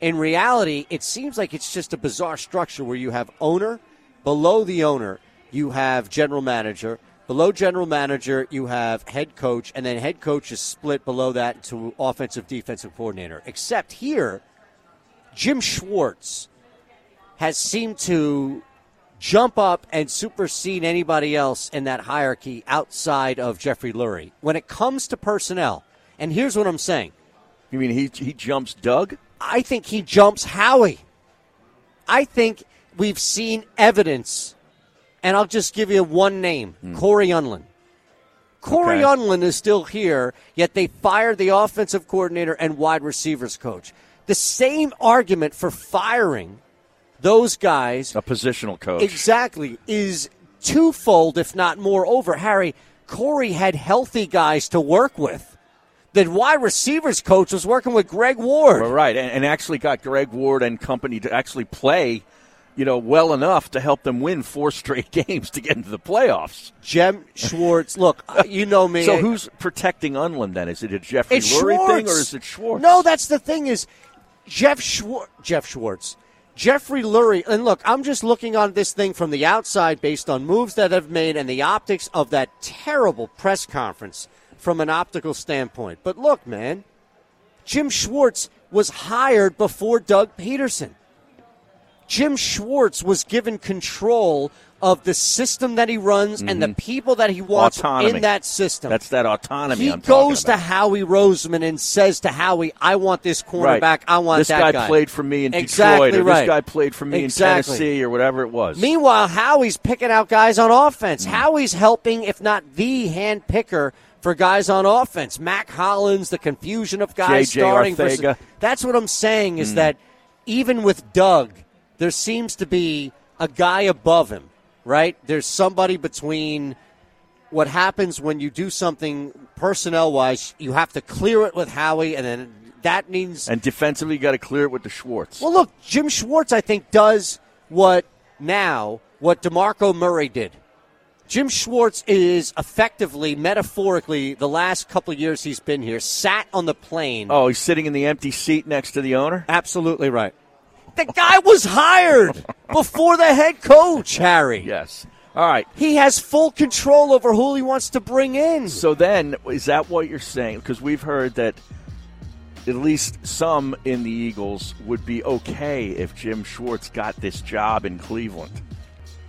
In reality, it seems like it's just a bizarre structure where you have owner, below the owner, you have general manager, below general manager, you have head coach, and then head coach is split below that to offensive defensive coordinator. Except here, Jim Schwartz has seemed to jump up and supersede anybody else in that hierarchy outside of Jeffrey Lurie when it comes to personnel. And here's what I'm saying You mean he he jumps Doug? I think he jumps Howie. I think we've seen evidence, and I'll just give you one name Corey Unlin. Corey Okay. Unlin is still here, yet they fired the offensive coordinator and wide receivers coach. The same argument for firing those guys A positional coach. Exactly. Is twofold, if not more, over. Harry, Corey had healthy guys to work with. The wide receivers coach was working with Greg Ward. All right, and, and actually got Greg Ward and company to actually play, you know, well enough to help them win four *laughs* straight games to get into the playoffs. Jem Schwartz. Look, uh, you know me. So who's protecting Unland then? Is it a Jeffrey it's Lurie Schwartz. thing or is it Schwartz? No, that's the thing is Jeff Schwartz. Jeff Schwartz. Jeffrey Lurie, and look, I'm just looking on this thing from the outside based on moves that have made and the optics of that terrible press conference from an optical standpoint. But look, man, Jim Schwartz was hired before Doug Peterson. Jim Schwartz was given control of the system that he runs and the people that he wants Mm-hmm. Autonomy. in that system. That's that autonomy. He I'm talking goes to about. Howie Roseman and says to Howie, "I want this cornerback. I want this that guy, guy." played for me in exactly Detroit, or right. this guy played for me Exactly. in Tennessee, or whatever it was. Mm. Meanwhile, Howie's picking out guys on offense. Howie's helping, if not the hand picker for guys on offense. Mac Hollins, the confusion of guys J.J. starting. versus- Ortega. Mm. that's what I'm saying is that even with Doug, there seems to be a guy above him, right? There's somebody between what happens when you do something personnel wise. You have to clear it with Howie, and then that means and defensively, you got to clear it with the Schwartz. well, look, Jim Schwartz, I think, does what now what DeMarco Murray did. Jim Schwartz is effectively, metaphorically, the last couple of years he's been here, sat on the plane. oh, he's sitting in the empty seat next to the owner. absolutely right. The guy was hired before the head coach, Harry. Yes, All right. He has full control over who he wants to bring in. So then, is that what you're saying? Because we've heard that at least some in the Eagles would be okay if Jim Schwartz got this job in Cleveland.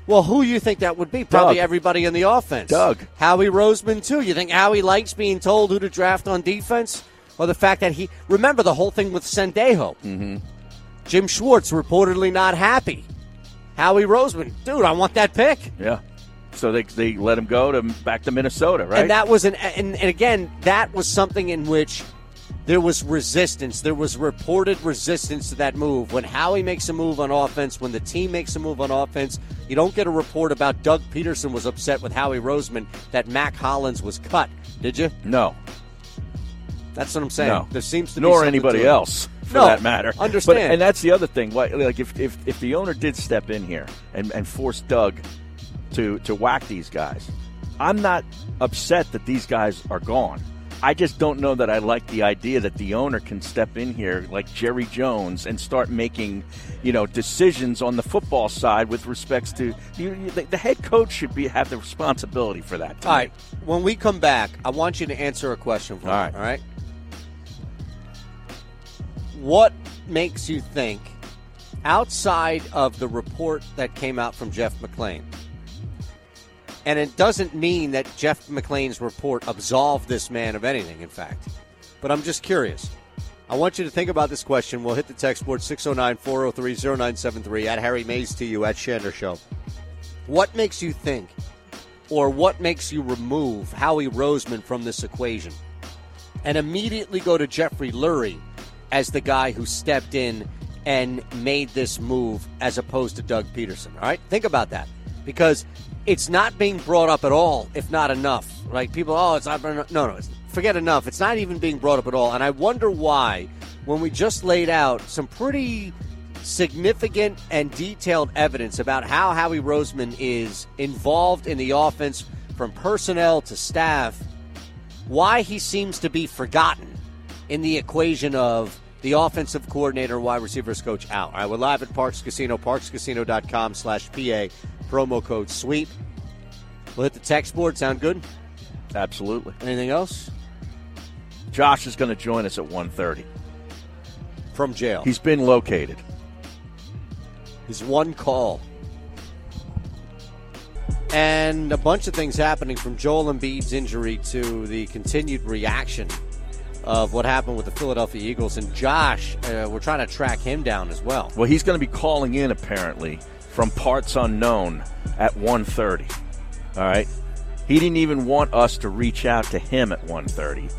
Well, who you think that would be? Probably everybody in the offense. Doug. Howie Roseman, too. You think Howie likes being told who to draft on defense? Or the fact that he. Remember the whole thing with Sendejo. Mm-hmm. Jim Schwartz reportedly not happy. Howie Roseman, dude, I want that pick. Yeah. So they, they let him go to back to Minnesota, right? And that was an. And, and again, that was something in which there was resistance. There was reported resistance to that move. When Howie makes a move on offense, when the team makes a move on offense, you don't get a report about Doug Peterson was upset with Howie Roseman that Mac Hollins was cut. Did you? no, That's what I'm saying. no. There seems to be nor something anybody to it. else for No, that matter. understand. But, and that's the other thing. Like, like if, if if the owner did step in here and, and force Doug to to whack these guys, I'm not upset that these guys are gone. I just don't know that I like the idea that the owner can step in here like Jerry Jones and start making, you know, decisions on the football side with respects to you, you- the, the head coach should be have the responsibility for that. to All me. right. When we come back, I want you to answer a question for All me. right. All right. What makes you think, outside of the report that came out from Jeff McLean, and it doesn't mean that Jeff McLean's report absolved this man of anything, in fact, but I'm just curious. I want you to think about this question. We'll hit the text board 609 403 0973 at Harry Mays to you at Shander Show. What makes you think or what makes you remove Howie Roseman from this equation and immediately go to Jeffrey Lurie as the guy who stepped in and made this move as opposed to Doug Peterson. All right, think about that because it's not being brought up at all, if not enough. Right? People, oh, it's not. been- No, no, it's, forget enough. It's not even being brought up at all, and I wonder why. When we just laid out some pretty significant and detailed evidence about how Howie Roseman is involved in the offense from personnel to staff, why he seems to be forgotten in the equation of the offensive coordinator, wide receivers coach out. All right, we're live at Parks Casino, parkscasino.com slash PA, promo code SWEEP. We'll hit the text board. Sound good? Absolutely. Anything else? Josh is going to join us at 1:30. From jail. He's been located. His one call. And a bunch of things happening from Joel Embiid's injury to the continued reaction of what happened with the Philadelphia Eagles. And Josh, uh, we're trying to track him down as well. Well, he's going to be calling in apparently from parts unknown at 1:30. All right. He didn't even want us to reach out to him at 1:30.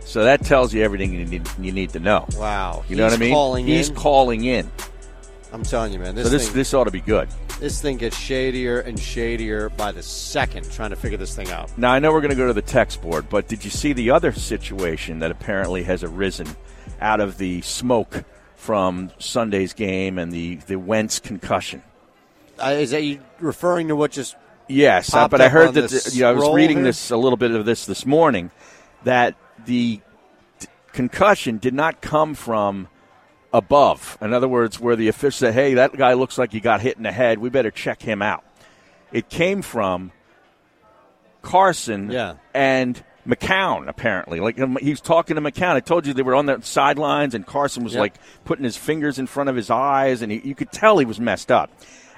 So that tells you everything you need you need to know. Wow. You know He's what I mean? calling he's in. calling in. I'm telling you, man, this, So this thing, this ought to be good. this thing gets shadier and shadier by the second trying to figure this thing out. Now I know we're going to go to the text board, but did you see the other situation that apparently has arisen out of the smoke from Sunday's game and the the Wentz concussion? Uh, is that you referring to what just. Yes, uh, popped but I up heard on that this the- you know, I was scroll reading here? this a little bit of this this morning that the t- concussion did not come from above. In other words, where the official said, "Hey, that guy looks like he got hit in the head. We better check him out." It came from Carson Yeah. and McCown apparently. Like um, he was talking to McCown. I told you they were on the sidelines, and Carson was Yep. like putting his fingers in front of his eyes, and he, you could tell he was messed up.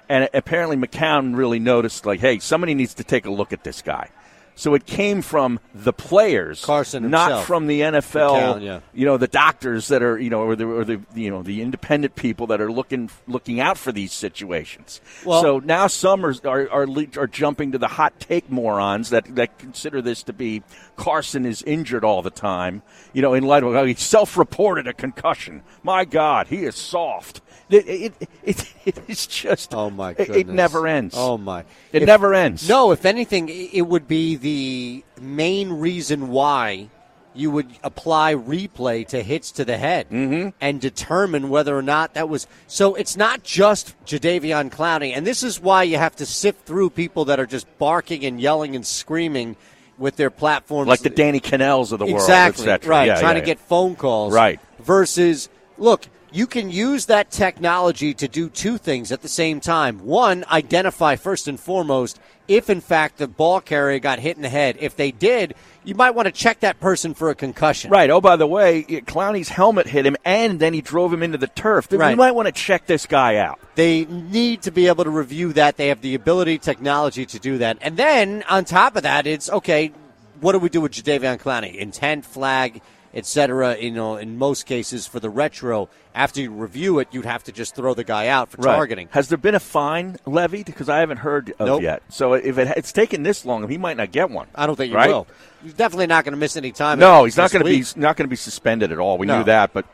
And apparently McCown really noticed, like, hey, somebody needs to take a look at this guy. So it came from the players, Carson not himself. from the NFL. McCown, yeah. You know, the doctors that are, you know, or the, or the you know the independent people that are looking looking out for these situations. Well- so now some are are, are le- are jumping to the hot take morons that, that consider this to be Carson is injured all the time. You know, in light of how he self-reported a concussion. My God, he is soft. It it it, it is just Oh, my it- goodness. It, never ends. Oh, my. It If- never ends. No, if anything, i- it would be the main reason why you would apply replay to hits to the head Mm-hmm. and determine whether or not that was. So it's not just Jadavion Clowney, and this is why you have to sift through people that are just barking and yelling and screaming with their platforms, like the Danny Cannells of the world, exactly et cetera. right, Yeah, trying yeah, to yeah. get phone calls, Right. Versus, look, you can use that technology to do two things at the same time. One, identify first and foremost if, in fact, the ball carrier got hit in the head. If they did, you might want to check that person for a concussion. Right. Oh, by the way, Clowney's helmet hit him, and then he drove him into the turf. Then Right. You might want to check this guy out. They need to be able to review that. They have the ability, technology to do that. And then on top of that, it's okay. What do we do with Jadavion Clowney? Intent, flag, etc. You know, in most cases for the retro, after you review it, you'd have to just throw the guy out for targeting. Has there been a fine levied? Because I haven't heard of Nope. yet. So if it, it's taken this long, he might not get one. I don't think you right? will. He's definitely not going to miss any time. No, he's not this going to be week. he's not going to be suspended at all. We No. knew that, but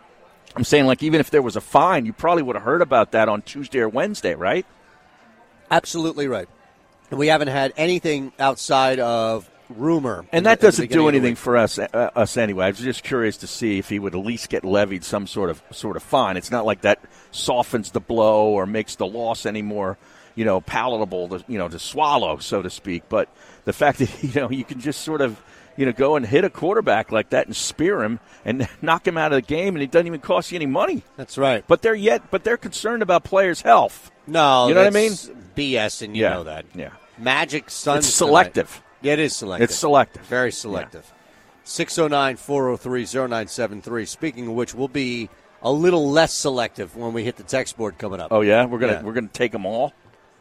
I'm saying like even if there was a fine, you probably would have heard about that on Tuesday or Wednesday, right? Absolutely right. And we haven't had anything outside of rumor, in And the- at that the doesn't beginning do of the anything week. for us uh, us anyway. I was just curious to see if he would at least get levied some sort of sort of fine. It's not like that softens the blow or makes the loss any more, you know, palatable to you know to swallow, so to speak. But the fact that *laughs* you know you can just sort of you know go and hit a quarterback like that and spear him and *laughs* knock him out of the game, and it doesn't even cost you any money. That's right. But they're yet, but they're concerned about players' health. No, You know what I that's BS, and you Yeah, know that. yeah. Magic Suns. It's selective. tonight. Yeah, it is selective. It's selective. Very selective. 609 403 0973. Speaking of which, we'll be a little less selective when we hit the text board coming up. Oh yeah, we're gonna Yeah. we're gonna take them all.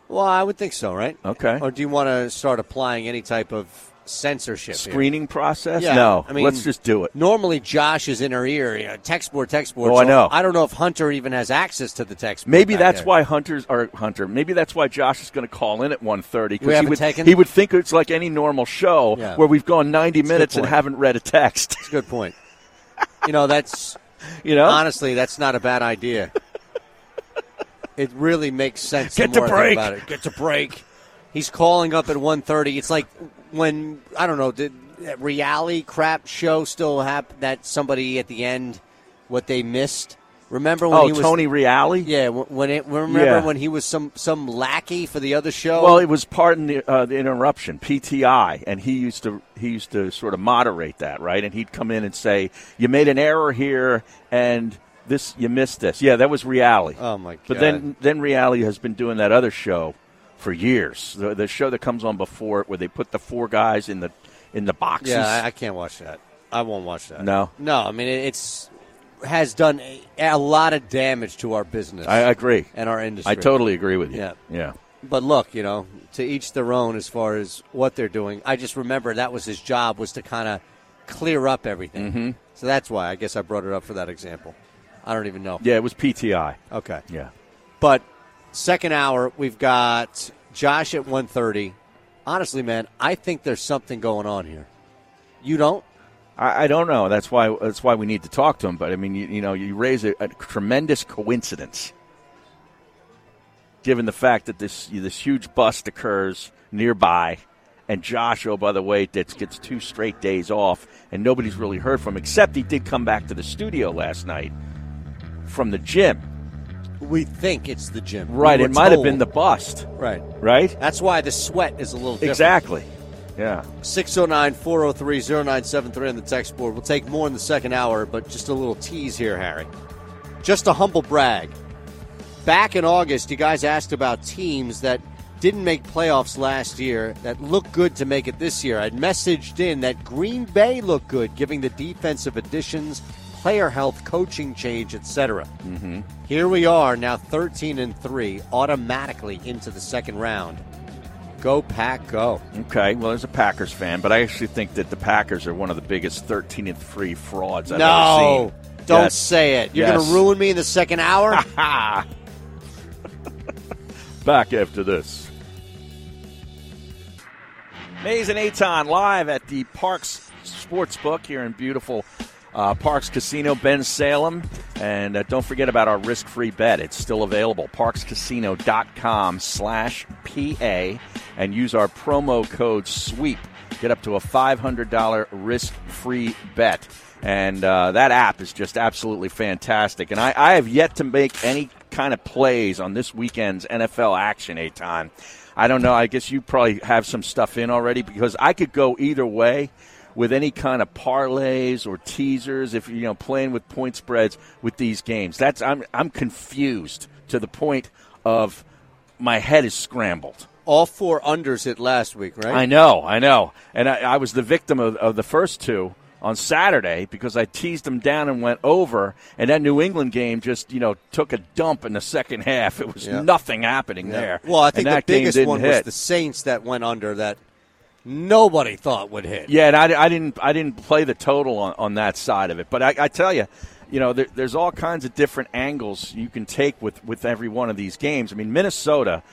Well, I would think so, right? Okay. Or do you want to start applying any type of censorship? here? Screening process? Yeah, no, I mean, let's just do it. Normally, Josh is in her ear. You know, text board, text board. Oh, I know. I don't know if Hunter even has access to the text board. Maybe back that's there. why Hunter's or Hunter. Maybe that's why Josh is going to call in at 1.30 We he haven't would taken- he would think it's like any normal show Yeah. where we've gone ninety a good minutes and point. haven't read a text. *laughs* That's a good point. You know, that's You know, Honestly, that's not a bad idea. it really makes sense. Get the to more I think break. About it. Get to break. He's calling up at 1.30. It's like when I don't know. Did that reality crap show still happen? That somebody at the end, what they missed. Remember when oh he was Tony Reale. Yeah, wh- when it remember Yeah. when he was some some lackey for the other show. Well, it was pardon the, uh, the interruption, PTI, and he used to he used to sort of moderate that, right? And he'd come in and say, "You made an error here, and this you missed this." Yeah, that was Reale. Oh, my But God. then then Reale has been doing that other show for years. The, the show that comes on before it, where they put the four guys in the in the boxes. yeah, I, I can't watch that. I won't watch that. No. no. I mean, it, it's has done a, a lot of damage to our business. I agree. and our industry. I totally agree with you. Yeah. yeah. But look, you know, to each their own as far as what they're doing. I just remember that was his job was to kind of clear up everything. Mm-hmm. So that's why I guess I brought it up for that example. I don't even know. Yeah, it was PTI. Okay. Yeah. But second hour, we've got Josh at 1:30. Honestly, man, I think there's something going on here. You don't? I, I don't know. That's why that's why we need to talk to him. But I mean, you, you know, you raise a, a tremendous coincidence, given the fact that this this huge bust occurs nearby, and Josh, oh by the way, gets gets two straight days off, and nobody's really heard from him. Except he did come back to the studio last night from the gym. We think it's the gym. We Right. were it might have told. been the bust. right. Right. That's why the sweat is a little different. Exactly. Yeah. 609 403 0973 on the text board. We'll take more in the second hour, but just a little tease here, Harry. Just a humble brag. Back in August, you guys asked about teams that didn't make playoffs last year that look good to make it this year. I'd messaged in that Green Bay looked good, giving the defensive additions, player health, coaching change, etc. Here we are now 13 and 3, automatically into the second round. Go, Pack, go. Okay, well, there's a Packers fan, but I actually think that the Packers are one of the biggest 13 and three frauds I've No, ever seen. don't Yes. say it. You're Yes. going to ruin me in the second *laughs* hour. Ha! Back after this. Mays and Aton live at the Parks Sportsbook here in beautiful uh, Parks Casino, Ben Salem. And uh, don't forget about our risk-free bet. It's still available. ParksCasino.com slash PA and use our promo code E SWEEP. Get up to a $500 risk-free bet. And uh, that app is just absolutely fantastic. And I, I have yet to make any kind of plays on this weekend's NFL action, Aton. I don't know. I guess you probably have some stuff in already because I could go either way with any kind of parlays or teasers. If you know playing with point spreads with these games, that's I'm I'm confused to the point of my head is scrambled. All four unders at last week, right? I know, I know. And I, I was the victim of, of the first two on Saturday because I teased them down and went over, and that New England game just, you know, took a dump in the second half. It was Yeah. nothing happening Yeah. there. Well, I think and the that game biggest didn't one was hit. the Saints that went under that nobody thought would hit. Yeah, and I, I didn't I didn't play the total on, on that side of it, but I, I tell you, you know, there, there's all kinds of different angles you can take with with every one of these games. I mean, Minnesota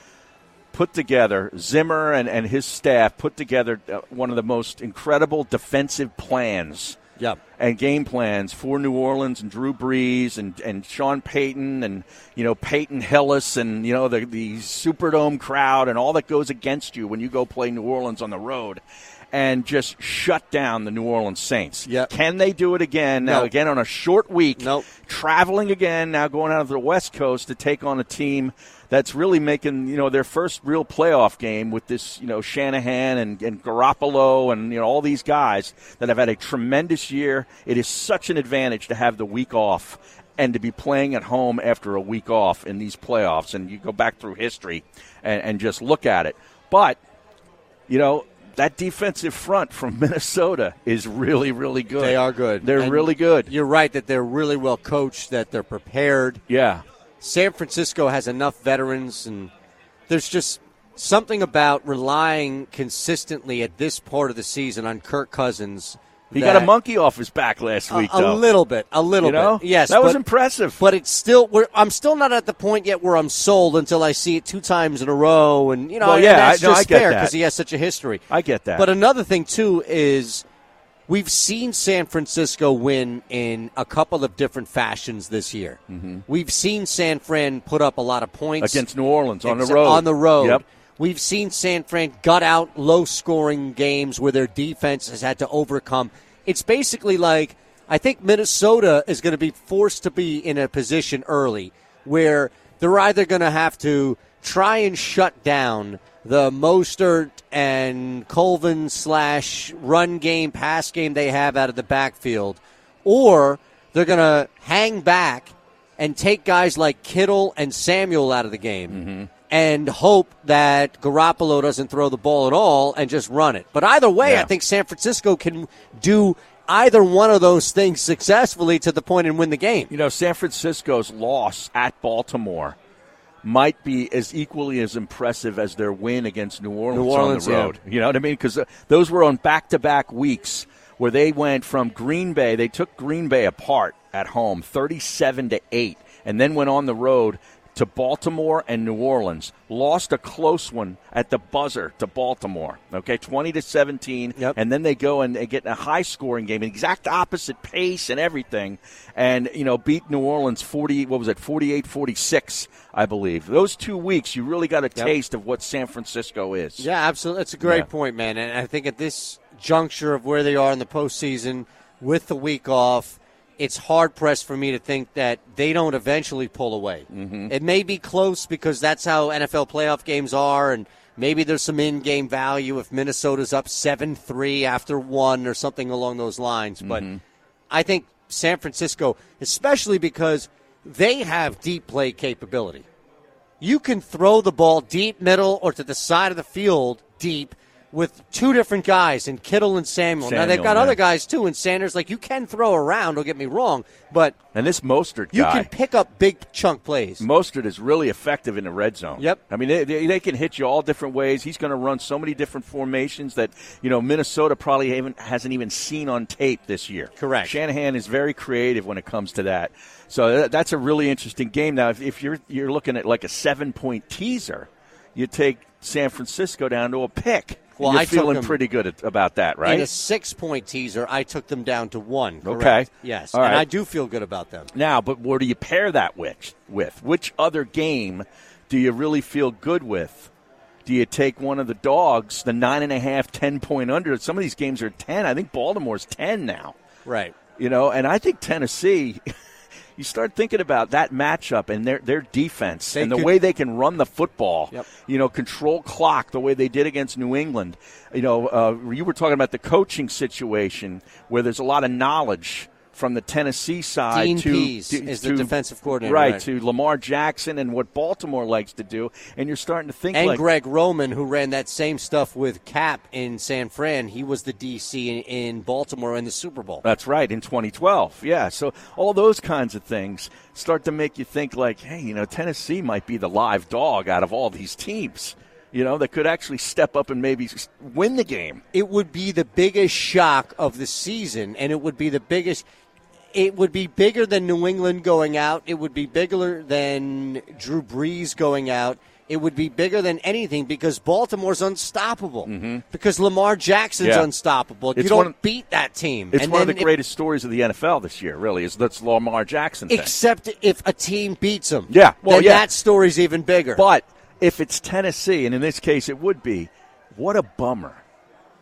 put together Zimmer and, and his staff put together uh, one of the most incredible defensive plans. Yep. And game plans for New Orleans and Drew Brees and, and Sean Payton and you know Peyton Hillis and you know the the Superdome crowd and all that goes against you when you go play New Orleans on the road, and just shut down the New Orleans Saints. Yep. Can they do it again? Now No. again on a short week. Nope. Traveling again now going out of the West Coast to take on a team that's really making you know their first real playoff game with this you know Shanahan and, and Garoppolo and you know all these guys that have had a tremendous year. It is such an advantage to have the week off and to be playing at home after a week off in these playoffs. And you go back through history and, and just look at it. But you know. That defensive front from *laughs* Minnesota is really, really good. They are good. They're And really good. You're right that they're really well coached, that they're prepared. Yeah. San Francisco has enough veterans, and there's just something about relying consistently at this part of the season on Kirk Cousins. He got a that- monkey off his back last A, week, a though. little bit, a little You know? bit. Yes, That was but- impressive. But it's still, we're, I'm still not at the point yet where I'm sold until I see it two times in a row, and you know, Well, and yeah, that's I- no, I just get fair that. because he has such a history. I get that. But another thing too is we've seen San Francisco win in a couple of different fashions this year. Mm-hmm. We've seen San Fran put up a lot of points Against New Orleans on the Exa- road. On the road. Yep. We've seen San Fran gut out low scoring games where their defense has had to overcome. It's basically like I think Minnesota is going to be forced to be in a position early where they're either going to have to try and shut down the Mostert and Colvin slash run game, pass game they have out of the backfield, or they're going to hang back and take guys like Kittle and Samuel out of the game and hope that Garoppolo doesn't throw the ball at all and just run it. But either way, Yeah. I think San Francisco can do either one of those things successfully to the point and win the game. You know, San Francisco's loss at Baltimore might be as equally as impressive as their win against New Orleans, Orleans, on yeah. the road. You know what I mean? Because uh, those were on back to back weeks where they went from Green Bay, they took Green Bay apart at home 37 to 8, and then went on the road to Baltimore and New Orleans. Lost a close one at the buzzer to Baltimore, okay, 20 to 17. Yep. And then they go and they get in a high scoring game, an exact opposite pace and everything, and, you know, beat New Orleans 40, what was it, 48 46, I believe. Those two weeks, you really got a taste of what San Francisco is. Yeah, absolutely. That's a great Yeah. point, man. And I think at this juncture of where they are in the postseason with the week off, it's hard pressed for me to think that they don't eventually pull away. Mm-hmm. It may be close because that's how NFL playoff games are, and maybe there's some in game value if Minnesota's up 7 3 after one or something along those lines. But I think San Francisco, especially because they have deep play capability you can throw the ball deep middle or to the side of the field deep with two different guys in Kittle and Samuel. now they've Samuel, got yeah. other guys too and Sanders. Like you can throw around. Don't get me wrong, but And this Mostert you guy. can pick up big chunk plays. Mostert is really effective in the red zone. Yep. I mean, they, they, they can hit you all different ways. He's going to run so many different formations that you know Minnesota probably haven't hasn't even seen on tape this year. Correct. Shanahan is very creative when it comes to that. So that, that's a really interesting game. Now, if, if you're you're looking at like a seven point teaser, you take San Francisco down to a pick. Well, you're I took feeling them- pretty good at, about that, In a right? six point teaser, I took them down to one. Okay. correct? Yes. All And right. I do feel good about them. Now, but where do you pair that with? With which other game do you really feel good with? Do you take one of the dogs, the nine and a half, ten point under? Some of these games are ten. I think Baltimore's ten now. Right. You know, and I think Tennessee. *laughs* you start thinking about that matchup and their their defense They and the could- way they can run the football. Yep. You know, control clock the way they did against New England. You know, uh, you were talking about the coaching situation where there's a lot of knowledge from the Tennessee side Dean to, Pease to- is the to- defensive coordinator, right, right. To Lamar Jackson and what Baltimore likes to do, and you're starting to think And like Greg Roman, who ran that same stuff with Cap in San Fran, he was the DC in, in Baltimore in the Super Bowl. That's right, in 2012. Yeah, so all those kinds of things start to make you think like, hey, you know, Tennessee might be the live dog out of all these teams, you know, that could actually step up and maybe s- win the game. it would be the biggest shock of the season, and it would be the biggest. It would be bigger than New England going out. It would be bigger than Drew Brees going out. It would be bigger than anything because Baltimore's unstoppable. Because Lamar Jackson's Mm-hmm. Yeah. unstoppable. you It's don't one of- beat that team. It's And one of the then if- greatest stories of the NFL this year, really, is that's Lamar Jackson thing. except if a team beats them. Yeah, well, then yeah. that story's even bigger. But if it's Tennessee, and in this case it would be, what a bummer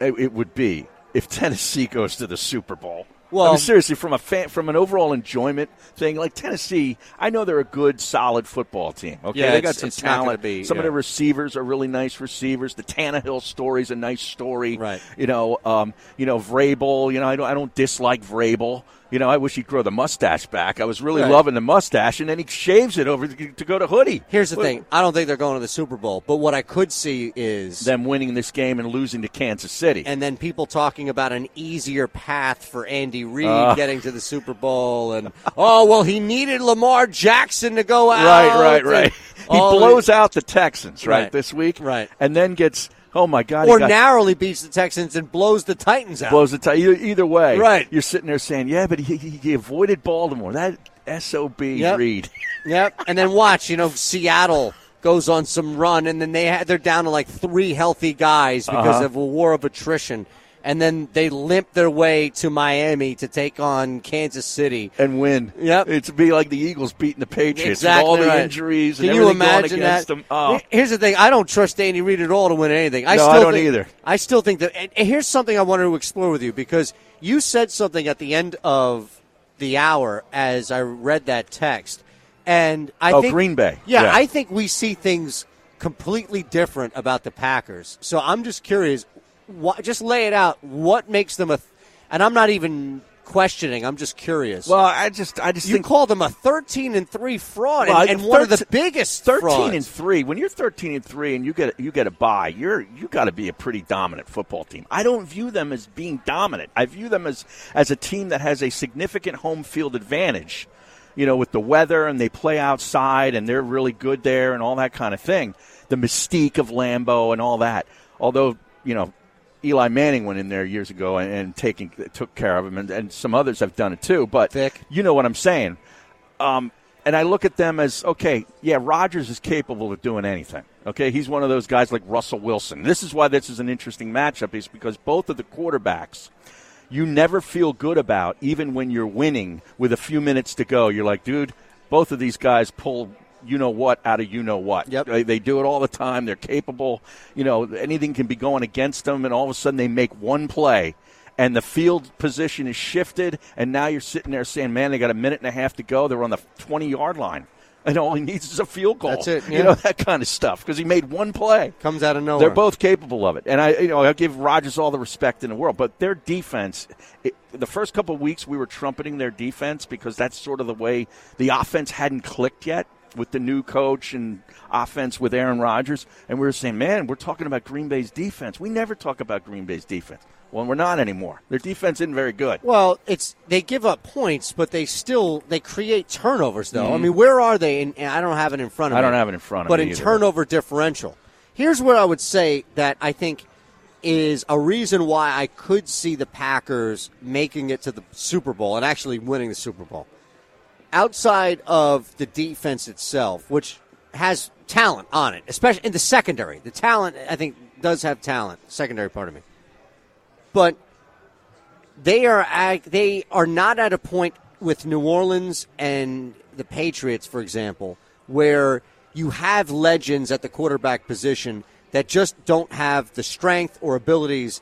it, it would be if Tennessee *laughs* goes to the Super Bowl. I Well- mean, seriously, from a fan, from an overall enjoyment thing, like Tennessee, I know they're a good, solid football team. Okay, Yeah, they got it's- some it's not gonna talent. be- some of yeah. the receivers are really nice receivers. The Tannehill story's a nice story. Right. You know, um, you know Vrabel. You know, I don't, I don't dislike Vrabel. You know, I wish he'd grow the mustache back. I was really Right. loving the mustache, and then he shaves it over to, to go to Hoodie. here's the Well, thing: I don't think they're going to the Super Bowl. But what I could see is them winning this game and losing to Kansas City. and then people talking about an easier path for Andy Reid Uh. *laughs* getting to the Super Bowl, and oh well, he needed Lamar Jackson to go out. right, right, and right. He all blows out the Texans right, Right. this week, Right. and then gets oh my god, the- he or got- narrowly beats the Texans and blows the Titans out. blows the tie. Either, either way, Right. You're sitting there saying, yeah, but he, he, he avoided Baltimore. That sob Yep. read. Yep, and then watch, you know, Seattle goes on some run, and then they ha- they're down to like three healthy guys Uh-huh. because of a war of attrition. And then they limp their way to Miami to take on Kansas City. And win. Yep. It's be like the Eagles beating the Patriots with all the right. injuries Can and you everything going imagine against that? them. Oh. Here's the thing: I don't trust Andy Reid at all to win anything. I No, I still don't think- either. I still think that. And and here's something I wanted to explore with you because you said something at the end of the hour as I read that text, and I Oh, think Green Bay. Yeah, Yeah. I think we see things completely different about the Packers. So I'm just curious. What, just lay it out. What makes them a? Th- and I'm not even questioning. I'm just curious. Well, I just, I just You think called them a 13 and 3 fraud Well, and, and one of the thirt- biggest 13 frauds. and 3 when you're 13 and 3 and you get you get a bye you're you got to be a pretty dominant football team i don't view them as being dominant i view them as as a team that has a significant home field advantage you know with the weather and they play outside and they're really good there and all that kind of thing the mystique of lambeau and all that although you know Eli Manning went in there years ago and, and taking took care of him, and, and some others have done it too. But Vic. you know what I'm saying and I look at them as okay, yeah, Rodgers is capable of doing anything. Okay, he's one of those guys like Russell Wilson. This is why this is an interesting matchup is because both of the quarterbacks you never feel good about even when you're winning with a few minutes to go. You're like, dude, both of these guys pull you know what out of you know what. Yep. They, they do it all the time. They're capable. You know, anything can be going against them and all of a sudden they make one play and the field position is shifted, and now you're sitting there saying, "Man, they got a minute and a half to go. They're on the 20 yard line, and all he needs is a field goal." That's it, You yeah. know that kind of stuff because he made one play. Comes out of nowhere. They're both capable of it, and I, you know, I give Rodgers all the respect in the world. But their defense, it, the first couple of weeks, we were trumpeting their defense because that's sort of the way the offense hadn't clicked yet with the new coach and offense with Aaron Rodgers, and we were saying, "Man, we're talking about Green Bay's defense. We never talk about Green Bay's defense." Well, we're not anymore. Their defense isn't very good. Well, it's they give up points, but they still they create turnovers though. I mean, where are they? In, and I don't have it in front of Mm-hmm. I me. don't have it in front of but me in either. turnover differential, here's what I would say that I think is a reason why I could see the Packers making it to the Super Bowl and actually winning the Super Bowl. Outside of the defense itself, which has talent on it, especially in the secondary, the talent I think does have talent. Secondary part of me, but they are at, they are not at a point with New Orleans and the Patriots, for example, where you have legends at the quarterback position that just don't have the strength or abilities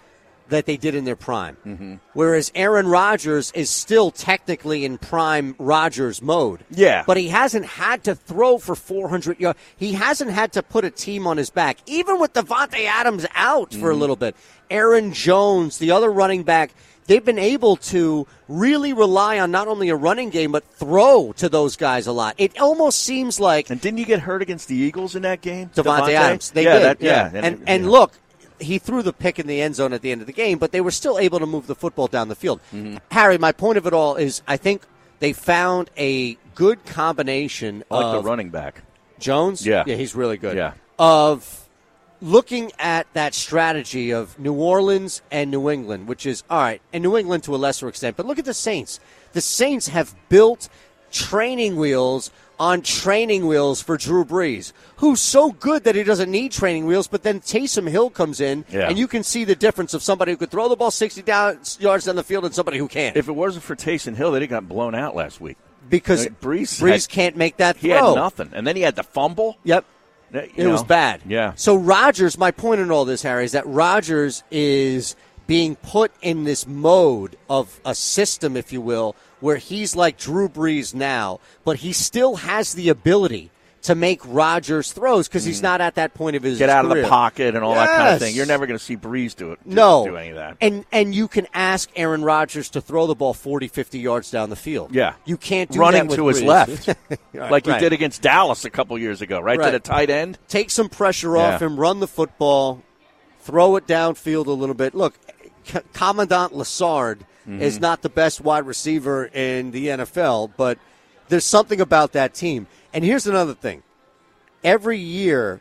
that they did in their prime. Whereas Aaron Rodgers is still technically in prime Rodgers mode. Yeah. But he hasn't had to throw for 400 yards. He hasn't had to put a team on his back, even with Devontae Adams out for Mm-hmm. a little bit. Aaron Jones, the other running back, they've been able to really rely on not only a running game, but throw to those guys a lot. It almost seems like And didn't you get hurt against the Eagles in that game? Devontae Adams. They yeah, did. That, yeah. And and look, he threw the pick in the end zone at the end of the game, but they were still able to move the football down the field. Mm-hmm. Harry, my point of it all is I think they found a good combination I like of the running back. Jones. Yeah. Yeah, he's really good. Yeah. Of looking at that strategy of New Orleans and New England, which is all right, and New England to a lesser extent, but look at the Saints. The Saints have built training wheels on training wheels for Drew Brees, who's so good that he doesn't need training wheels, but then Taysom Hill comes in Yeah. and you can see the difference of somebody who could throw the ball 60 down, yards down the field and somebody who can't. If it wasn't for Taysom Hill, they'd have gotten blown out last week. because I mean, Brees had- can't make that He throw. had nothing, and then he had the fumble. Yep. That- you It was know. bad. Yeah. So Rogers, my point in all this, Harry, is that Rogers is being put in this mode of a system, if you will, where he's like Drew Brees now, but he still has the ability to make Rogers throws because he's not at that point of his Mm-hmm. Get out of the career. pocket and all that kind of thing. Yes. You're never going to see Brees do it. do- no do any of that. and and you can ask Aaron Rodgers to throw the ball 40 50 yards down the field yeah, you can't do running that with to his Brees. left, like *laughs* you right. did against Dallas a couple years ago, right? Right. To the tight end. take some pressure Yeah. off him, run the football, throw it downfield a little bit. Look, C- Commandant Lassard is not the best wide receiver in the NFL, but there's something about that team. And here's another thing every year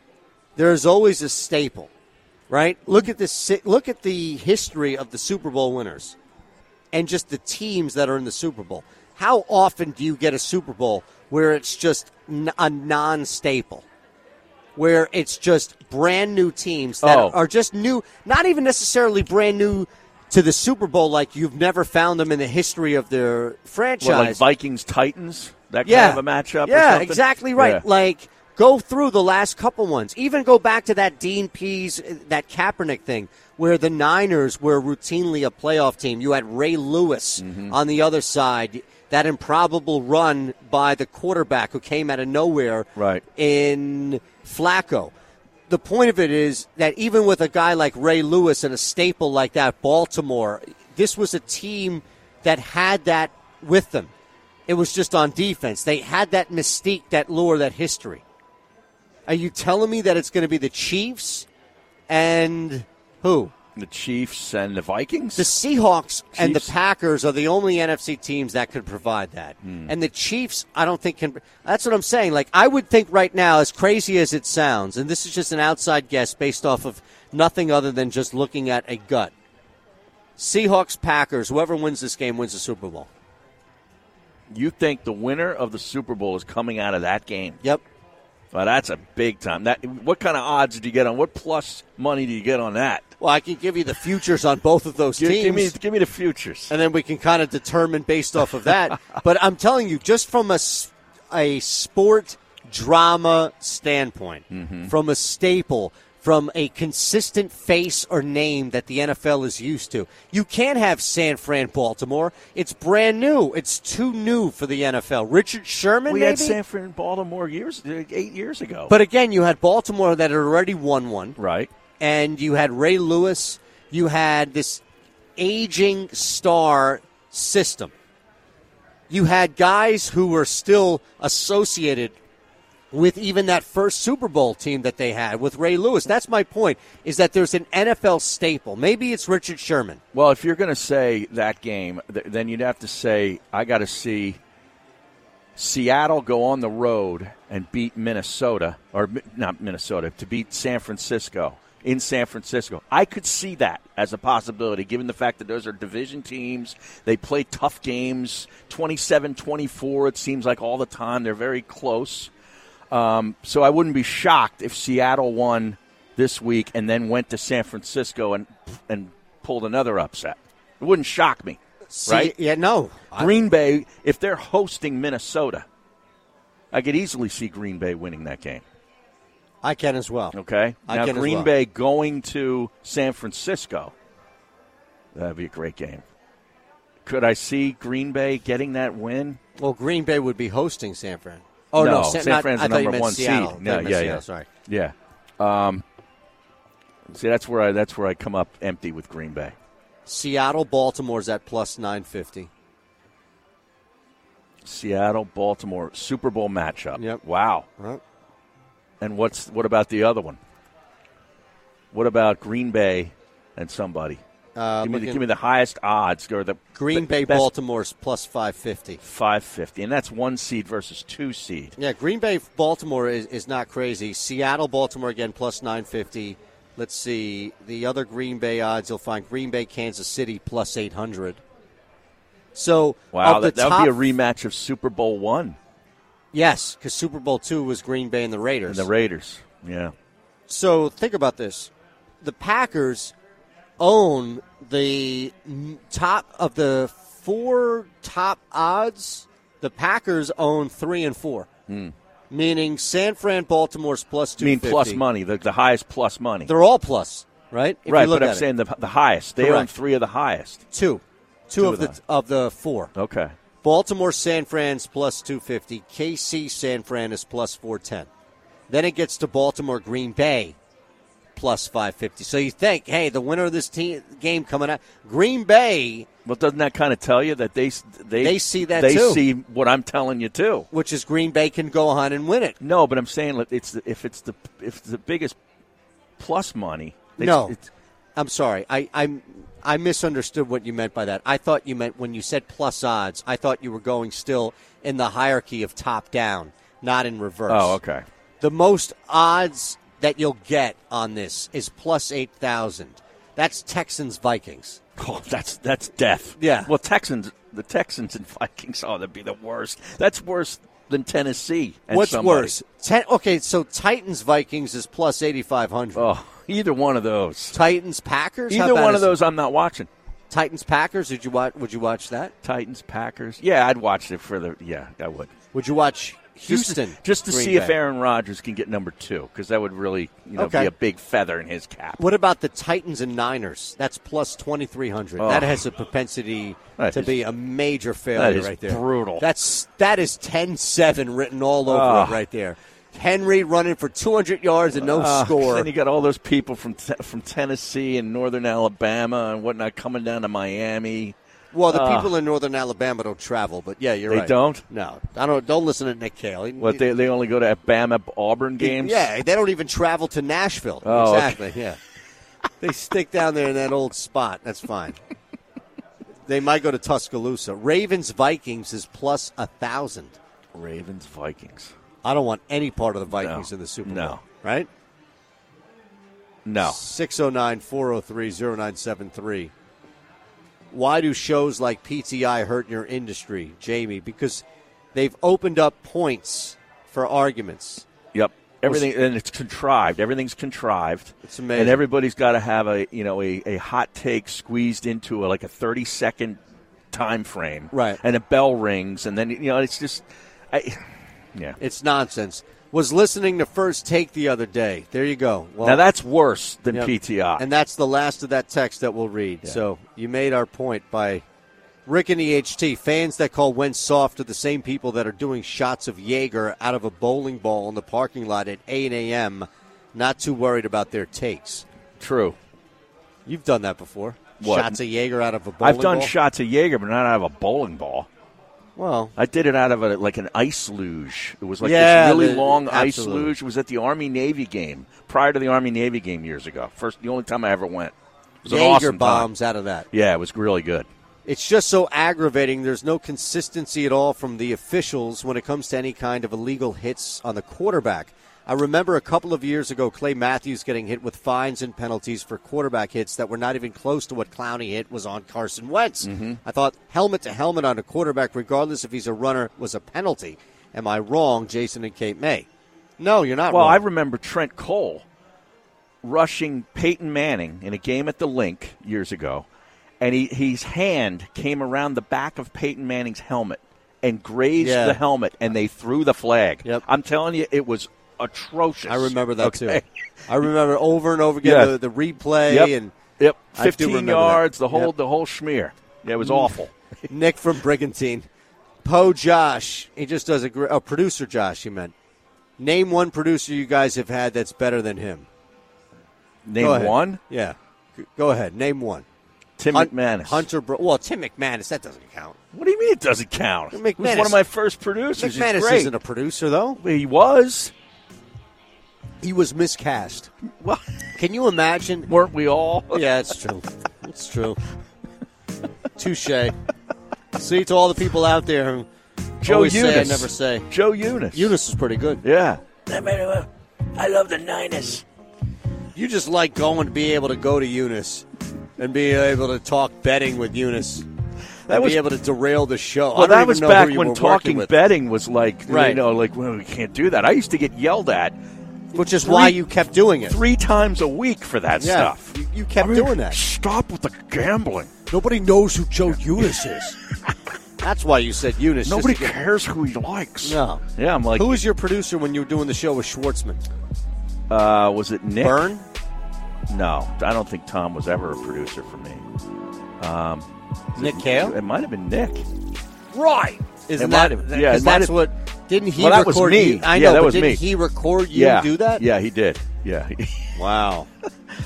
there's always a staple, right? Look at this. Look at the history of the Super Bowl winners, and just the teams that are in the Super Bowl. How often do you get a Super Bowl where it's just n- a non-staple, where it's just brand new teams that Oh. are just new, not even necessarily brand new to the Super Bowl, like you've never found them in the history of their franchise What, like Vikings Titans, that kind of a matchup. or yeah, something? exactly right. Yeah. Like go through the last couple ones. Even go back to that Dean Pease, uh, that Kaepernick thing, where the Niners were routinely a playoff team. You had Ray Lewis Mm-hmm. on the other side. That improbable run by the quarterback who came out of nowhere Right. in Flacco. The point of it is that even with a guy like Ray Lewis and a staple like that, Baltimore, this was a team that had that with them. It was just on defense. They had that mystique, that lure, that history. Are you telling me that it's going to be the Chiefs and who? the Chiefs and the Vikings. The Seahawks and the Chiefs. Packers are the only NFC teams that could provide that. And the Chiefs, I don't think can. That's what I'm saying. Like, I would think right now, as crazy as it sounds, and this is just an outside guess based off of nothing other than just looking at a gut. Seahawks, Packers, whoever wins this game wins the Super Bowl. you think the winner of the Super Bowl is coming out of that game? Yep. Well, that's a big time. That what kind of odds do you get on? What plus money do you get on that? Well, I can give you the futures on both of those Give, teams. give me, give me the futures. and then we can kind of determine based off of *laughs* that. but I'm telling you, just from a, s- a sport drama standpoint, Mm-hmm. from a staple, from a consistent face or name that the NFL is used to, you can't have San Fran Baltimore. It's brand new. It's too new for the NFL. Richard Sherman, we maybe? had Sanford and Baltimore years, eight years ago. but again, you had Baltimore that had already won one. right, and you had Ray Lewis. You had this aging star system. You had guys who were still associated with even that first Super Bowl team that they had with Ray Lewis. That's my point is that there's an NFL staple. Maybe it's Richard Sherman. Well, if you're going to say that game, th- then you'd have to say I got to see Seattle go on the road and beat Minnesota or Mi- not Minnesota to beat San Francisco in San Francisco. I could see that as a possibility given the fact that those are division teams. They play tough games, 27-24 it seems like all the time. They're very close. Um, so I wouldn't be shocked if Seattle won this week and then went to San Francisco and and pulled another upset. It wouldn't shock me, right? Yeah, no. Green Bay, if they're hosting Minnesota, I could easily see Green Bay winning that game. I can as well. Okay, I now can as Green well. Bay going to San Francisco, That'd be a great game. Could I see Green Bay getting that win? Well, Green Bay would be hosting San Fran. Oh no, San, not- Fran's I the thought you number meant one Seattle. I seed. thought No, you meant yeah, Seattle, yeah, Sorry. yeah. Um, see, that's where I that's where I come up empty with Green Bay. Seattle, Baltimore's at plus nine fifty. Seattle, Baltimore, Super Bowl matchup. Yep. Wow. Right. And what's what about the other one? What about Green Bay and somebody? Uh, give, me the, looking- give me the highest odds or the Green be- Bay, best Baltimore's plus five fifty. 550 and that's one seed versus two seed. Yeah, Green Bay, Baltimore is, is not crazy. Seattle, Baltimore again plus nine fifty. Let's see the other Green Bay odds. You'll find Green Bay, Kansas City plus eight hundred. So Wow, of the that, that top, would be a rematch of Super Bowl 1 Yes, because Super Bowl two was Green Bay and the Raiders. and the Raiders. Yeah. So think about this: the Packers own the n- top of the four top odds. The Packers own three and four, meaning San Fran, Baltimore's plus I two. Hmm. mean plus money, the, the highest plus money. They're all plus, right? If right, you look but I'm at it. saying the, the highest. They own Correct. three of the highest. two, two Two of of the that. of the four. Okay. Baltimore, San Fran's plus 250. KC, San Fran is plus 410. Then it gets to Baltimore, Green Bay, plus 550. So you think, hey, the winner of this team, game coming out, Green Bay, Well, doesn't that kind of tell you that they s- they They see that they too. see what I'm telling you too? which is Green Bay, can go on and win it. No, but I'm saying like, it's the, if it's the if it's the biggest plus money. They, No. it's- I'm sorry. I, I, I misunderstood what you meant by that. I thought you meant when you said plus odds, I thought you were going still in the hierarchy of top down, not in reverse. oh, okay. The most odds that you'll get on this is plus 8,000. That's Texans Vikings. Oh, *laughs* that's that's death. Yeah. Well, Texans, the Texans and *laughs* Vikings. Oh, that'd be the worst. That's worse than Tennessee. And What's somebody. worse? Ten, okay, so Titans Vikings is plus 8,500. Oh, either one of those. Titans Packers? How Either bad one of is those. I'm not watching. Titans Packers, did you watch would you watch that? Titans, Packers. Yeah, I'd watch it for the. Yeah, I would. Would you watch Just to- Houston? just to, Green see if Bay? Aaron Rodgers can get number two, because that would really, you know, Okay. be a big feather in his cap. What about the Titans and Niners? That's plus 2,300. Oh. That has a propensity That to is- be a major failure is right there. brutal. That's, that is 10 7 written all over Ah. it right there. Henry running for 200 yards and no Ah, score. Then you got all those people from te- from Tennessee and Northern Alabama and whatnot coming down to Miami. well, the people in northern Alabama don't travel, but yeah, you're Ah. They right. don't? No. I don't, don't listen to Nick Cale. He- What they they only go to Alabama Auburn games. Yeah, they don't even travel to Nashville. Oh, okay. exactly. Yeah, they stick down there in that old spot. That's fine. they might go to Tuscaloosa. Ravens Vikings is plus a thousand. Ravens Vikings. I don't want any part of the Vikings in the Super Bowl. No. Right? No. 609 403 0973. Why do shows like PTI hurt your industry, Jamie? Because they've opened up points for arguments. Yep. Everything and it's contrived. Everything's contrived. It's amazing. And everybody's got to have a you know a, a hot take squeezed into a, like a thirty second time frame. Right. And a bell rings, and then you know it's just, I, yeah. It's nonsense. Was listening to First Take the other day. There you go. Well, now that's worse than Yep. PTI. And that's the last of that text that we'll read. So you made our point by Rick and EHT. Fans that call Wentz soft are the same people that are doing shots of Jaeger out of a bowling ball in the parking lot at 8 a.m., not too worried about their takes. True. You've done that before. What? Shots of Jaeger out of a bowling I've done ball? shots of Jaeger, but not out of a bowling ball. Well, I did it out of a, like an ice luge. It was like Yeah, this really the- long absolutely. ice luge. It was at the Army Navy game prior to the Army Navy game years ago. First, the only time I ever went. It was Jaeger an awesome bombs Time. out of that. Yeah, it was really good. It's just so aggravating. There's no consistency at all from the officials when it comes to any kind of illegal hits on the quarterback. I remember a couple of years ago, Clay Matthews getting hit with fines and penalties for quarterback hits that were not even close to what Clowney hit was on Carson Wentz. Mm-hmm. I thought helmet to helmet on a quarterback, regardless if he's a runner, was a penalty. Am I wrong, Jason and Kate May? No, you're not Well, wrong. I remember Trent Cole rushing Peyton Manning in a game at the Link years ago, and he, his hand came around the back of Peyton Manning's helmet and grazed Yeah. the helmet, and they threw the flag. Yep. I'm telling you, it was atrocious. I remember that Okay? too. I remember over and over again Yes. the, the replay Yep. and Yep, I do 15 remember yards, that. the whole Yep. the whole schmear. Yeah, it was awful. Nick from Brigantine. Poe Josh. He just does a great. Oh, producer Josh, you meant. Name one producer you guys have had that's better than him. Go Name ahead. one, Yeah. G- Go ahead. Name one. Tim Hun- McManus. Hunter. Bro- well, Tim McManus. That doesn't count. What do you mean it doesn't count? He was McManus- one of my first producers. He's McManus great. isn't a producer, though. he was. He was miscast. *laughs* Well, Can you imagine? weren't we all? *laughs* yeah, it's true. It's true. Touche. See to all the people out there who Joe always say I Eunice. never say. Joe Eunice. Eunice is pretty good. Yeah. I love the Niners. You just like going to be able to go to Eunice and be able to talk betting with Eunice. That was- be able to derail the show. I Well, don't that even was know back who you when were working talking with, betting was like, you Right. know, like, well, we can't do that. I used to get yelled at which is why three- you kept doing it. three times a week for that Yeah, stuff. you- you kept I mean, doing that. Stop with the gambling. Nobody knows who Joe Eunice is. *laughs* That's why you said Eunice. just Nobody to get- cares who he likes. No. Yeah, I'm like, Who was your producer when you were doing the show with Schwartzman? uh, was it Nick? Byrne? No, I don't think Tom was ever a producer for me. Nick Kale? It might have been Nick. Right. Isn't It that? might have- yeah, it 'cause might that's have- what. Didn't he Well, that was record me. you? I Yeah, know, that but was didn't me. he record you yeah. do that? Yeah, he did. Yeah. *laughs* Wow.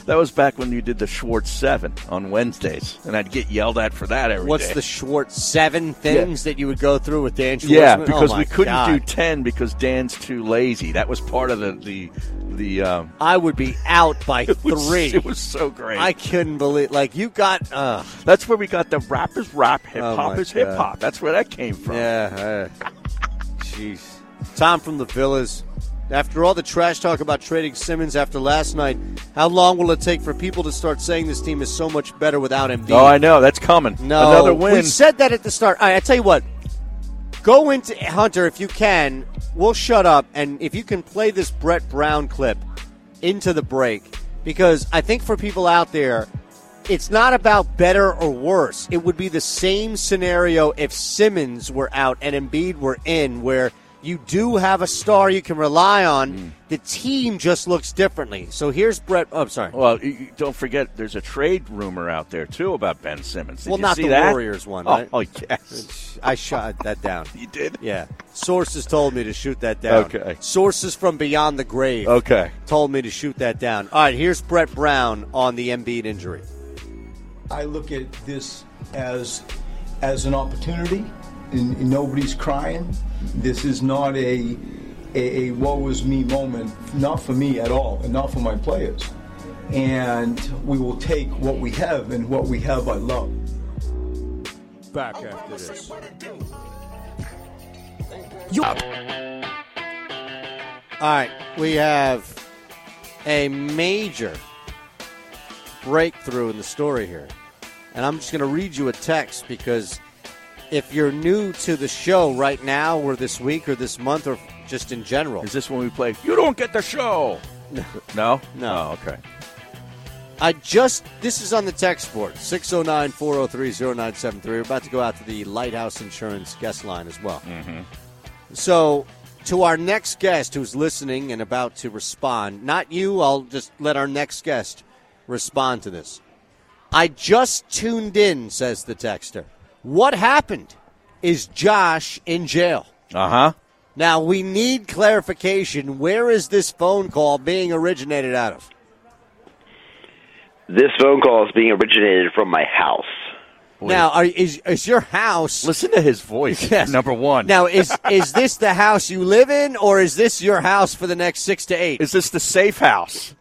that was back when you did the Schwartz 7 on Wednesdays, and I'd get yelled at for that every day. What's the Schwartz seven things that you would go through with Dan Schwartzman? Yeah, Oh, because my we couldn't do God. 10 because Dan's too lazy. That was part of the the the um *laughs* I would be out by it was, three. It was so great. I couldn't believe. Like you got. Uh, That's where we got the rap is rap, hip hop Oh my is hip God. hop. That's where that came from. yeah. uh, Jeez. Tom from the Villas. After all the trash talk about trading Simmons after last night, how long will it take for people to start saying this team is so much better without Embiid? Oh, I know. That's coming. No, Another win. We said that at the start. All right, I tell you what. Go into Hunter if you can. We'll shut up, and if you can play this Brett Brown clip into the break, because I think for people out there, it's not about better or worse. It would be the same scenario if Simmons were out and Embiid were in, where you do have a star you can rely on. Mm. The team just looks differently. So here's Brett. Oh, I'm sorry. well, you- you don't forget there's a trade rumor out there too about Ben Simmons. Did Well, you not see the that? Warriors one, Oh, right? Oh, yes. I shot that down. *laughs* You did? Yeah. Sources told me to shoot that down. Okay. Sources from beyond the grave Okay. told me to shoot that down. All right, here's Brett Brown on the Embiid injury. I look at this as as an opportunity, and, and nobody's crying. This is not a, a a woe is me moment, not for me at all, and not for my players. And we will take what we have, and what we have, I love. Back after this. All right, we have a major breakthrough in the story here. And I'm just going to read you a text because if you're new to the show right now, or this week, or this month, or just in general, Is this when we play? You don't get the show. No. *laughs* No. Oh, okay. I just, this is on the text board 609 403 0973. We're about to go out to the Lighthouse Insurance guest line as well. So, to our next guest who's listening and about to respond, not you, I'll just let our next guest respond to this. I just tuned in, says the texter. What happened? Is Josh in jail? Uh huh. Now, we need clarification. Where is this phone call being originated out of? This phone call is being originated from my house. Now, are, is, is your house. Listen to his voice. *laughs* Yes. Number one. Now, *laughs* is is this the house you live in, or is this your house for the next six to eight? is this the safe house?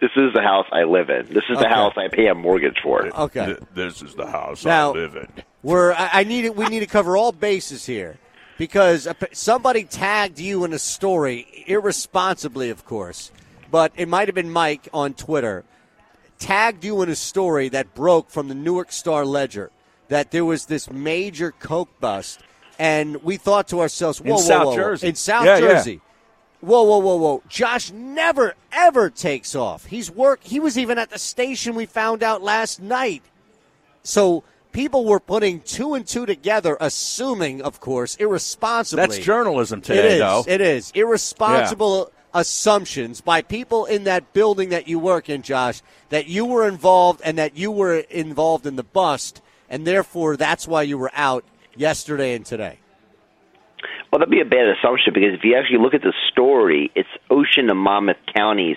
This is the house I live in. This is Okay. the house I pay a mortgage for. Okay. Th- this is the house Now- I live in. We're I, I need it. We need to cover all bases here because a p- somebody tagged you in a story irresponsibly, of course, but it might have been Mike on Twitter tagged you in a story that broke from the Newark Star Ledger that there was this major coke bust, and we thought to ourselves, "Whoa, whoa, South whoa, Jersey. in South Yeah, yeah. Jersey." Whoa, whoa, whoa, whoa! Josh never ever takes off. He's work. He was even at the station. We found out last night. So people were putting two and two together, assuming, of course, irresponsibly. That's journalism It today, is. though. It is irresponsible assumptions by people in that building that you work in, Josh, that you were involved and that you were involved in the bust, and therefore that's why you were out yesterday and today. Well, that'd be a bad assumption because if you actually look at the story, it's Ocean and Monmouth counties,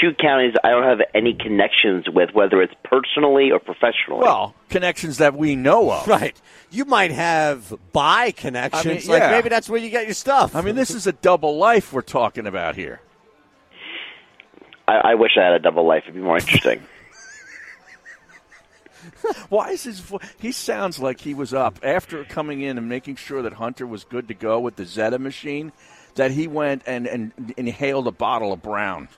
two counties I don't have any connections with, whether it's personally or professionally. Well, connections that we know of. Right. You might have buy connections. I mean, Like yeah. maybe that's where you get your stuff. I mean, this is a double life we're talking about here. I, I wish I had a double life; it'd be more interesting. Why is his voice? He sounds like he was up after coming in and making sure that Hunter was good to go with the Zeta machine, that he went and, and inhaled a bottle of Brown.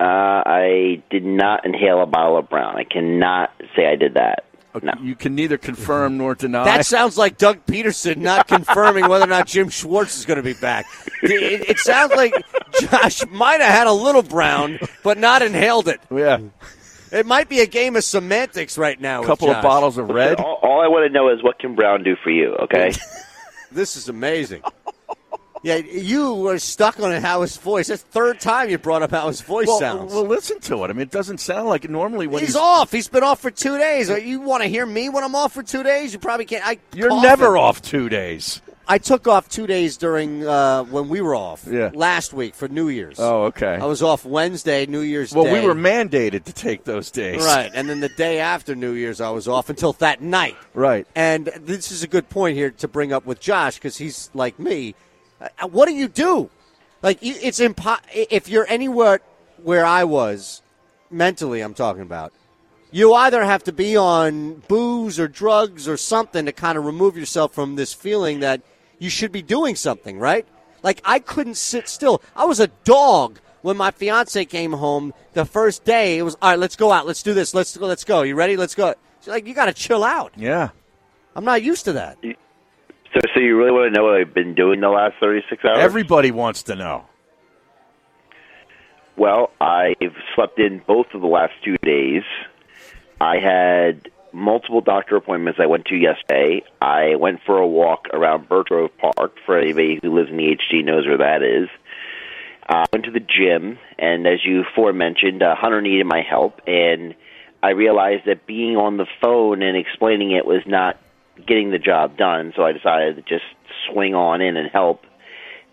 uh, I did not inhale a bottle of brown. I cannot say I did that. No. You can neither confirm nor deny. That sounds like Doug Peterson *laughs* not confirming whether or not Jim Schwartz is going to be back. It, it sounds like Josh might have had a little brown, but not inhaled it. yeah, It might be a game of semantics right now. a with couple of Josh. bottles of red. All, all I want to know is what can Brown do for you? Okay. This is amazing. Yeah, you were stuck on how his voice. That's the third time you brought up how his voice Well, sounds. well, listen to it. I mean, it doesn't sound like it normally when he's, he's, off. He's been off for two days. Uh, You want to hear me when I'm off for two days? You probably can't. I You're cough never and- off two days. I took off two days during uh, when we were off. Yeah. Last week for New Year's. Oh, okay. I was off Wednesday, New Year's well, Day. we were mandated to take those days. Right, and then the day after New Year's, I was off until that night. Right. And this is a good point here to bring up with Josh because he's like me. Uh, What do you do? Like, you- it's impo- if you're anywhere where I was, mentally, I'm talking about, you either have to be on booze or drugs or something to kind of remove yourself from this feeling that you should be doing something, right? Like I couldn't sit still. I was a dog when my fiance came home the first day. It was all right. Let's go out. Let's do this. Let's go. Let's go. You ready? Let's go. She's like, you got to chill out. Yeah. I'm not used to that. so, so you really want to know what I've been doing the last thirty-six Oh. hours? Everybody wants to know. Well, I've slept in both of the last two days. I had multiple doctor appointments I went to yesterday. I went for a walk around Bertrove Park. For anybody who lives in the HD knows where that is. I went to the gym, and as you forementioned, uh, Hunter needed my help, and I realized that being on the phone and explaining it was not getting the job done. So I decided to just swing on in and help.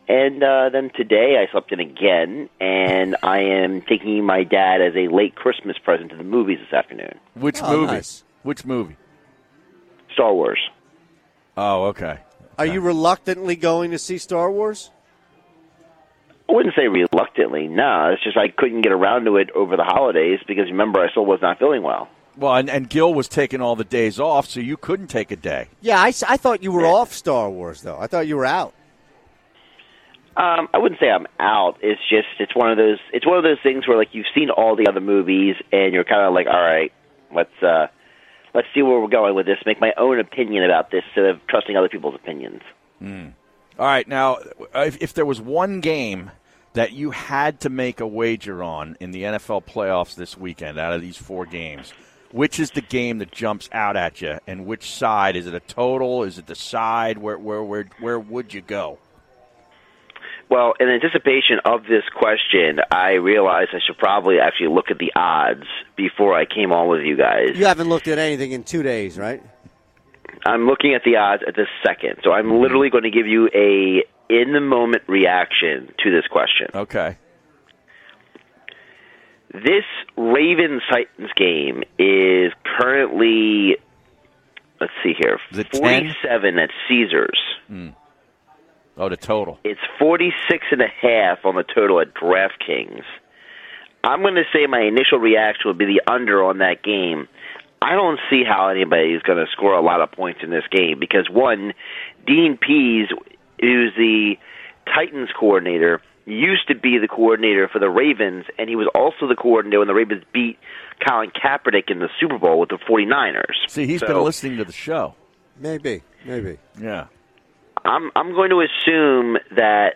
And uh, then today I slept in again, and I am taking my dad as a late Christmas present to the movies this afternoon. Which Oh, movie? nice. Which movie? Star Wars. Oh, okay. Are you reluctantly going to see Star Wars? I wouldn't say reluctantly, no. it's just I couldn't get around to it over the holidays because remember I still was not feeling well. Well, and, and Gil was taking all the days off, so you couldn't take a day. Yeah, I, s- I thought you were off Star Wars though. I thought you were out. Um, I wouldn't say I'm out. It's just it's one of those it's one of those things where like you've seen all the other movies and you're kind of like, all right, let's uh, let's see where we're going with this. Make my own opinion about this instead of trusting other people's opinions. All right, now, if, if there was one game that you had to make a wager on in the NFL playoffs this weekend out of these four games, which is the game that jumps out at you, and which side? Is it a total? Is it the side? Where, where, where, where would you go? Well, in anticipation of this question, I realized I should probably actually look at the odds before I came on with you guys. You haven't looked at anything in two days, right? I'm looking at the odds at this second, so I'm literally going to give you a in the moment reaction to this question. Okay. This Ravens Titans game is currently, let's see here, Is it 10? 47 at Caesars. Oh, the total. It's 46 and a half on the total at DraftKings. I'm going to say my initial reaction would be the under on that game. I don't see how anybody is going to score a lot of points in this game because one, Dean Pease, who's the Titans coordinator, used to be the coordinator for the Ravens, and he was also the coordinator when the Ravens beat Colin Kaepernick in the Super Bowl with the 49ers. See, he's So- been listening to the show. Maybe, maybe. Yeah. I'm I'm going to assume that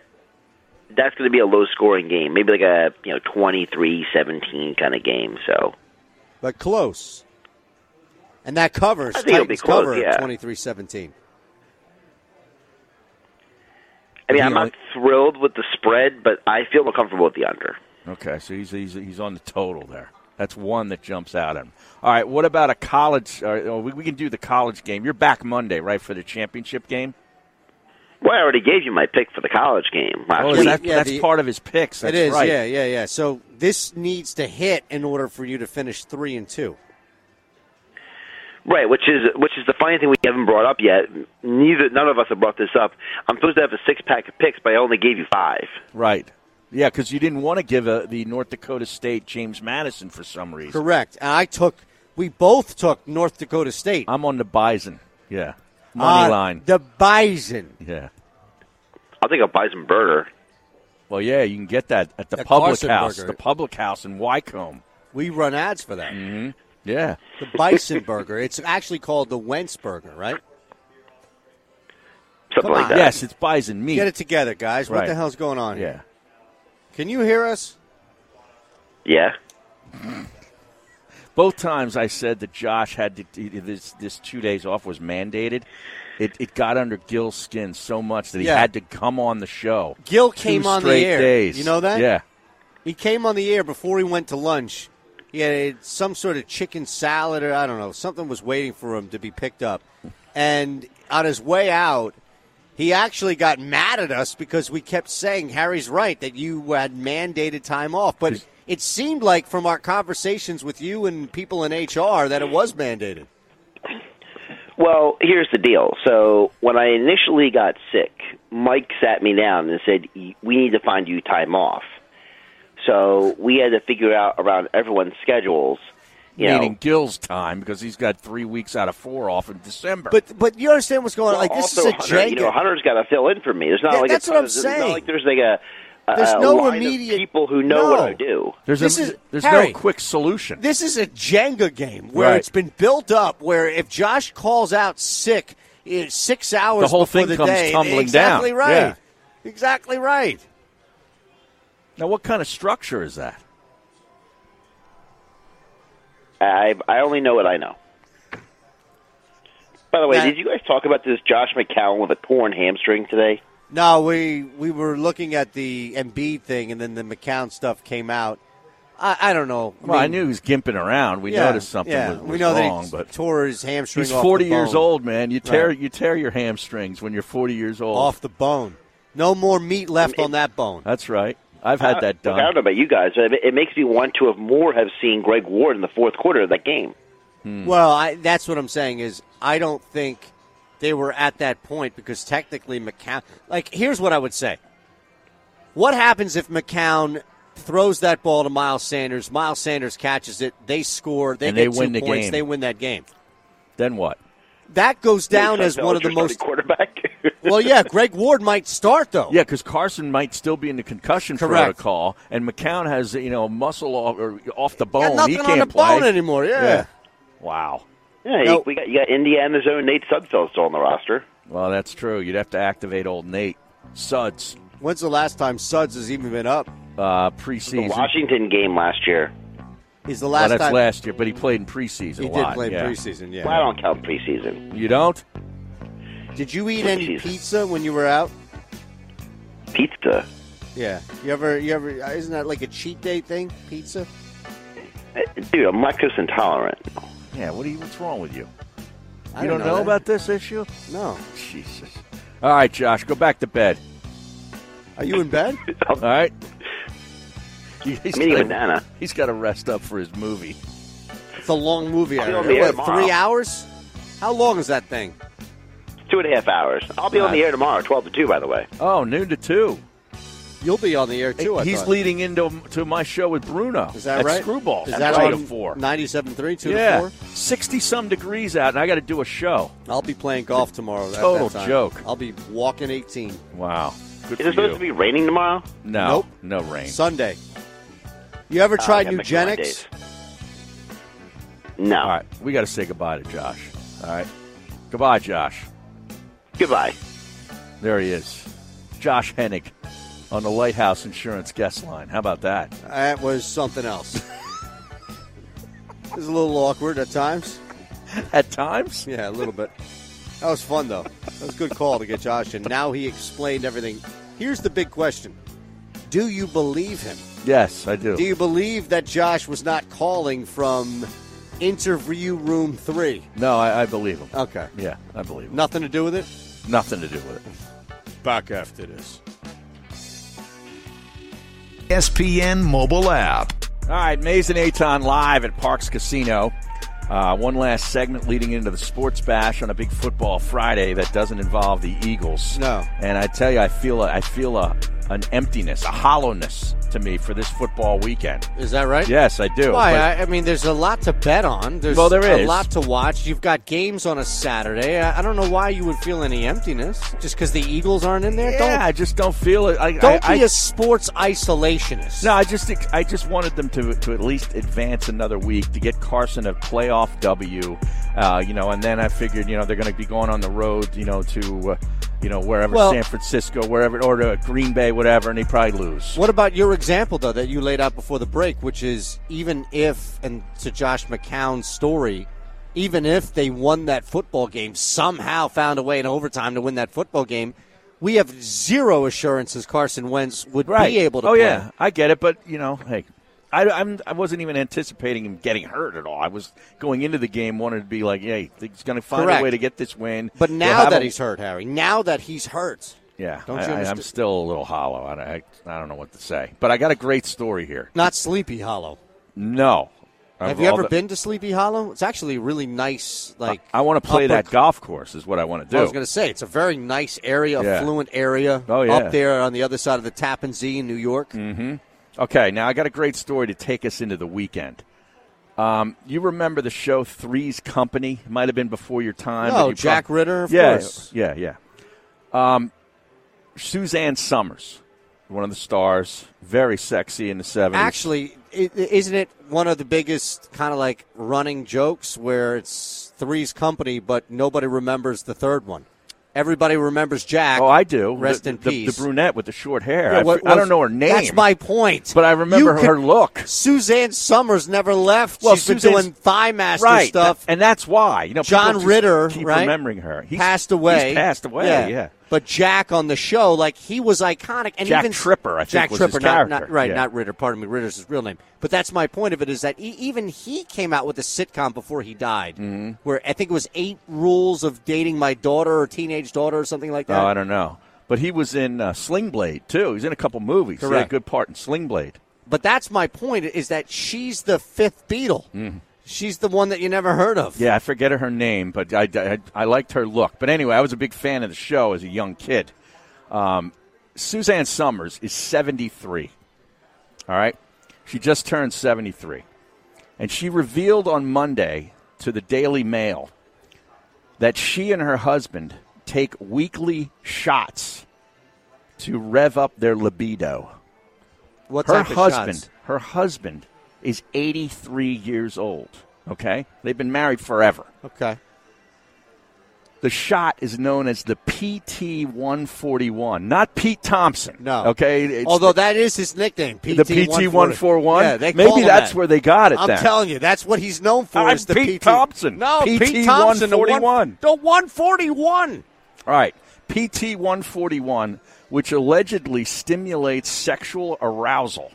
that's going to be a low scoring game, maybe like a you know 23-17 kind of game. So but close. And that covers I think it'll be Titans close, cover yeah. 23-17. I mean, He I'm not only- thrilled with the spread, but I feel more comfortable with the under. Okay, so he's, he's he's on the total there. That's one that jumps out at him. All right, what about a college? All right, oh, we, we can do the college game. You're back Monday, right, for the championship game? Well, I already gave you my pick for the college game last Oh, week. is that, yeah, that's the- part of his picks. That's it is, right. yeah, yeah, yeah. So this needs to hit in order for you to finish three and two. Right, which is which is the funny thing we haven't brought up yet. Neither none of us have brought this up. I'm supposed to have a six pack of picks, but I only gave you five. Right. Yeah, because you didn't want to give uh the North Dakota State James Madison for some reason. Correct. And I took. We both took North Dakota State. I'm on the Bison. Yeah. Money Uh, line. The Bison. yeah. I'll take a bison burger. Well, yeah, you can get that at the At public Carson house. Burger. The public house in Wycombe. We run ads for that. Mm. Yeah. The Bison Burger. It's actually called the Wentz Burger, right? Something Come like on. that. Yes, it's Bison meat. Get it together, guys. What Right. the hell's going on? yeah. here? Can you hear us? Yeah. Both times I said that Josh had to, this this two days off was mandated. It, it got under Gil's skin so much that he Yeah. had to come on the show. Gil Two came on the straight air. Days. You know that? Yeah. He came on the air before he went to lunch. He had some sort of chicken salad or I don't know. Something was waiting for him to be picked up. And on his way out, he actually got mad at us because we kept saying, Harry's right, that you had mandated time off. But it seemed like from our conversations with you and people in HR that it was mandated. Well, here's the deal. So when I initially got sick, Mike sat me down and said, "Y- "We need to find you time off." So we had to figure out around everyone's schedules. You Meaning know, Gil's time because he's got three weeks out of four off in December. But but you understand what's going on? Like Well, this is also, a Hunter, you know, jank. Hunter's got to fill in for me. There's not Yeah, like that's a what ton I'm of- There's saying. not like there's like a, a There's a no line immediate- of people who know what No. I do. There's This a, is- there's Harry. no quick solution. This is a Jenga game where Right. it's been built up. Where if Josh calls out sick, eh, six hours The whole before thing the comes day, tumbling exactly down. Right. Yeah. Exactly right. now, what kind of structure is that? I I only know what I know. By the way, Now- did you guys talk about this Josh McCown with a torn hamstring today? No, we we were looking at the Embiid thing, and then the McCown stuff came out. I, I don't know. Well, I mean, knew he was gimping around. We yeah, noticed something yeah. was, was we know wrong, that he but tore his hamstring. he's off the 40 years bone. old, man. You tear Right. you tear your hamstrings when you're 40 years old. Off the bone. No more meat left on that bone. That's right. I've had I, that Look, I don't done. know about you guys, but it- it makes me want to have more have seen Greg Ward in the fourth quarter of that game. Hmm. Well, I, that's what I'm saying is I don't think they were at that point because technically McCown. Like, here's what I would say: What happens if McCown throws that ball to Miles Sanders? Miles Sanders catches it. They score. They And get they win two the points. game. They win that game. Then what? That goes down as That one was of the your starting most. quarterback. *laughs* Well, yeah, Greg Ward might start though. Yeah, because Carson might still be in the concussion Correct. protocol, and McCown has you know muscle off, or off the Got bone. nothing oh, he can't on the play. bone anymore. Yeah. Yeah. Wow. *laughs* yeah, No. we got you got Indiana's own Nate Sudfeld still on the roster. Well, that's true. You'd have to activate old Nate Suds When's the last time Suds has even been up? uh, The preseason. Washington game last year. He's the well, last that's time last year, but he played in preseason he a did lot. play yeah. preseason. Yeah. I don't count preseason. You don't? Did you eat any Jesus. pizza when you were out? Pizza. Yeah. You ever, you ever, uh, isn't that like a cheat day thing? Pizza? Eh, Dude, I'm lactose intolerant. Yeah. What do you? What's wrong with you? I you don't don't know, know that. about this issue? No. Jesus. All right, Josh, go back to bed. Are *laughs* you in bed? I'll All right. He's I'm eating a gotta- banana. He's got to rest up for his movie. It's a long movie. I I'll heard. be on the air What, tomorrow. three hours? How long is that thing? Two and a half hours. I'll be on the air tomorrow, twelve to two. By the way, Oh, noon to two. You'll be on the air too. I he's thought. leading into to my show with Bruno. Is that at right? Screwball. Is that two on to four? 97.3, two to yeah, four. sixty some degrees out, and I got to do a show. I'll be playing golf tomorrow. at Total that time. joke. I'll be walking 18 Wow. Good is it for supposed you. to be raining tomorrow? No, Nope. no rain. Sunday. You ever Uh, Oh, tried yeah, make it my eugenics? days. No. All right, we got to say goodbye to Josh. All right, goodbye, Josh. Goodbye. There he is, Josh Hennig, on the Lighthouse Insurance guest line. How about that? *laughs* That was something else. *laughs* it was a little awkward at times. At times, Yeah, a little bit. That was fun though. That was a good call to get Josh, and now he explained everything Here's the big question Do you believe him? Yes, I do. Do you believe that Josh was not calling from interview room three? no, I, I believe him. Okay. Yeah, I believe him. Nothing to do with it? Nothing to do with it. Back after this. E SPN mobile app. All right, Mays and Aton live at Parks Casino. Uh, one last segment leading into the sports bash on a big football Friday that doesn't involve the Eagles. No. And I tell you, I feel a, I feel a, an emptiness, a hollowness to me for this football weekend. Is that right? Yes, I do. Why? But- I, I mean, there's a lot to bet on. There's Well, there a is. lot to watch. You've got games on a Saturday. I, I don't know why you would feel any emptiness just because the Eagles aren't in there. yeah, I just don't feel it. I, Don't don't I, be I- a sports isolationist. No, I just I just wanted them to to at least advance another week to get Carson a playoff W, uh, you know, and then I figured you know they're going to be going on the road, you know, to uh, you know wherever Well- San Francisco, wherever or to Green Bay, whatever, and they probably lose. What about your example though that you laid out before the break, which is even if and to Josh McCown's story, even if they won that football game, somehow found a way in overtime to win that football game, we have zero assurances Carson Wentz would be able to oh play. yeah, I get it, but you know, hey. I, I'm, I wasn't even anticipating him getting hurt at all. I was going into the game wanted to be like, "Hey, he's going to find Correct. a way to get this win." But He'll now have that a- he's hurt, Harry, now that he's hurt. yeah, Don't I, you I, I'm understand- still a little hollow. I, I, I don't know what to say, but I got a great story here. Not Sleepy Hollow. No. Have Of you all ever the- been to Sleepy Hollow? It's actually a really nice like I want to play upper that golf course. Is what I want to do. I was going to say it's a very nice area, Yeah. affluent area. Oh, yeah. Mm-hmm. up there on the other side of the Tappan Zee in New York. okay, now I got a great story to take us into the weekend. Um, you remember the show Three's Company? It might have been before your time. Oh, but you Jack prob- Ritter, of yeah, course. yeah, yeah. Um, Suzanne Summers, one of the stars, very sexy in the seventies. Actually, i- i- isn't it one of the biggest kind of like running jokes where it's Three's Company, but nobody remembers the third one. Everybody remembers Jack. oh, I do. Rest The- in the, peace. The brunette with the short hair. Yeah, I, what f- I was- don't know her name. That's my point. But I remember You her could- look. Suzanne Summers never left. Well, She's been Suzanne's- doing thigh master right, stuff. and that's why you know people John just Ritter, keep right? remembering her. He's passed away. He's passed away. yeah. But Jack on the show, like he was iconic, and Jack even Tripper, I think, Jack was his Tripper, not, not character. right, Yeah. not Ritter. Pardon me, Ritter's his real name. But that's my point of it is that e even he came out with a sitcom before he died, Mm-hmm. where I think it was eight rules of dating my daughter or teenage daughter or something like that. Oh, I don't know. But he was in uh, Sling Blade too. He's in a couple movies. He had a Correct. good part in Sling Blade. But that's my point is that she's the fifth Beatle. She's the one that you never heard of. Mm-hmm. Yeah, I forget her name, but I, I, I liked her look. But anyway, I was a big fan of the show as a young kid. Um, Suzanne Summers is 73. All right? She just turned 73. And she revealed on Monday to the Daily Mail that she and her husband take weekly shots to rev up their libido. What her type of husband shots? her husband is 83 years old okay they've been married forever Okay. the shot is known as the pt 141 not pete thompson No. okay It's- Although that is his nickname, PT the PT 141? Yeah, they Maybe call him that's that. where they got it I'm then. telling you, that's what he's known for. I'm is the Pete PT. Thompson. No, PT Pete Thompson, the 141. The 141. all right pt 141 which allegedly stimulates sexual arousal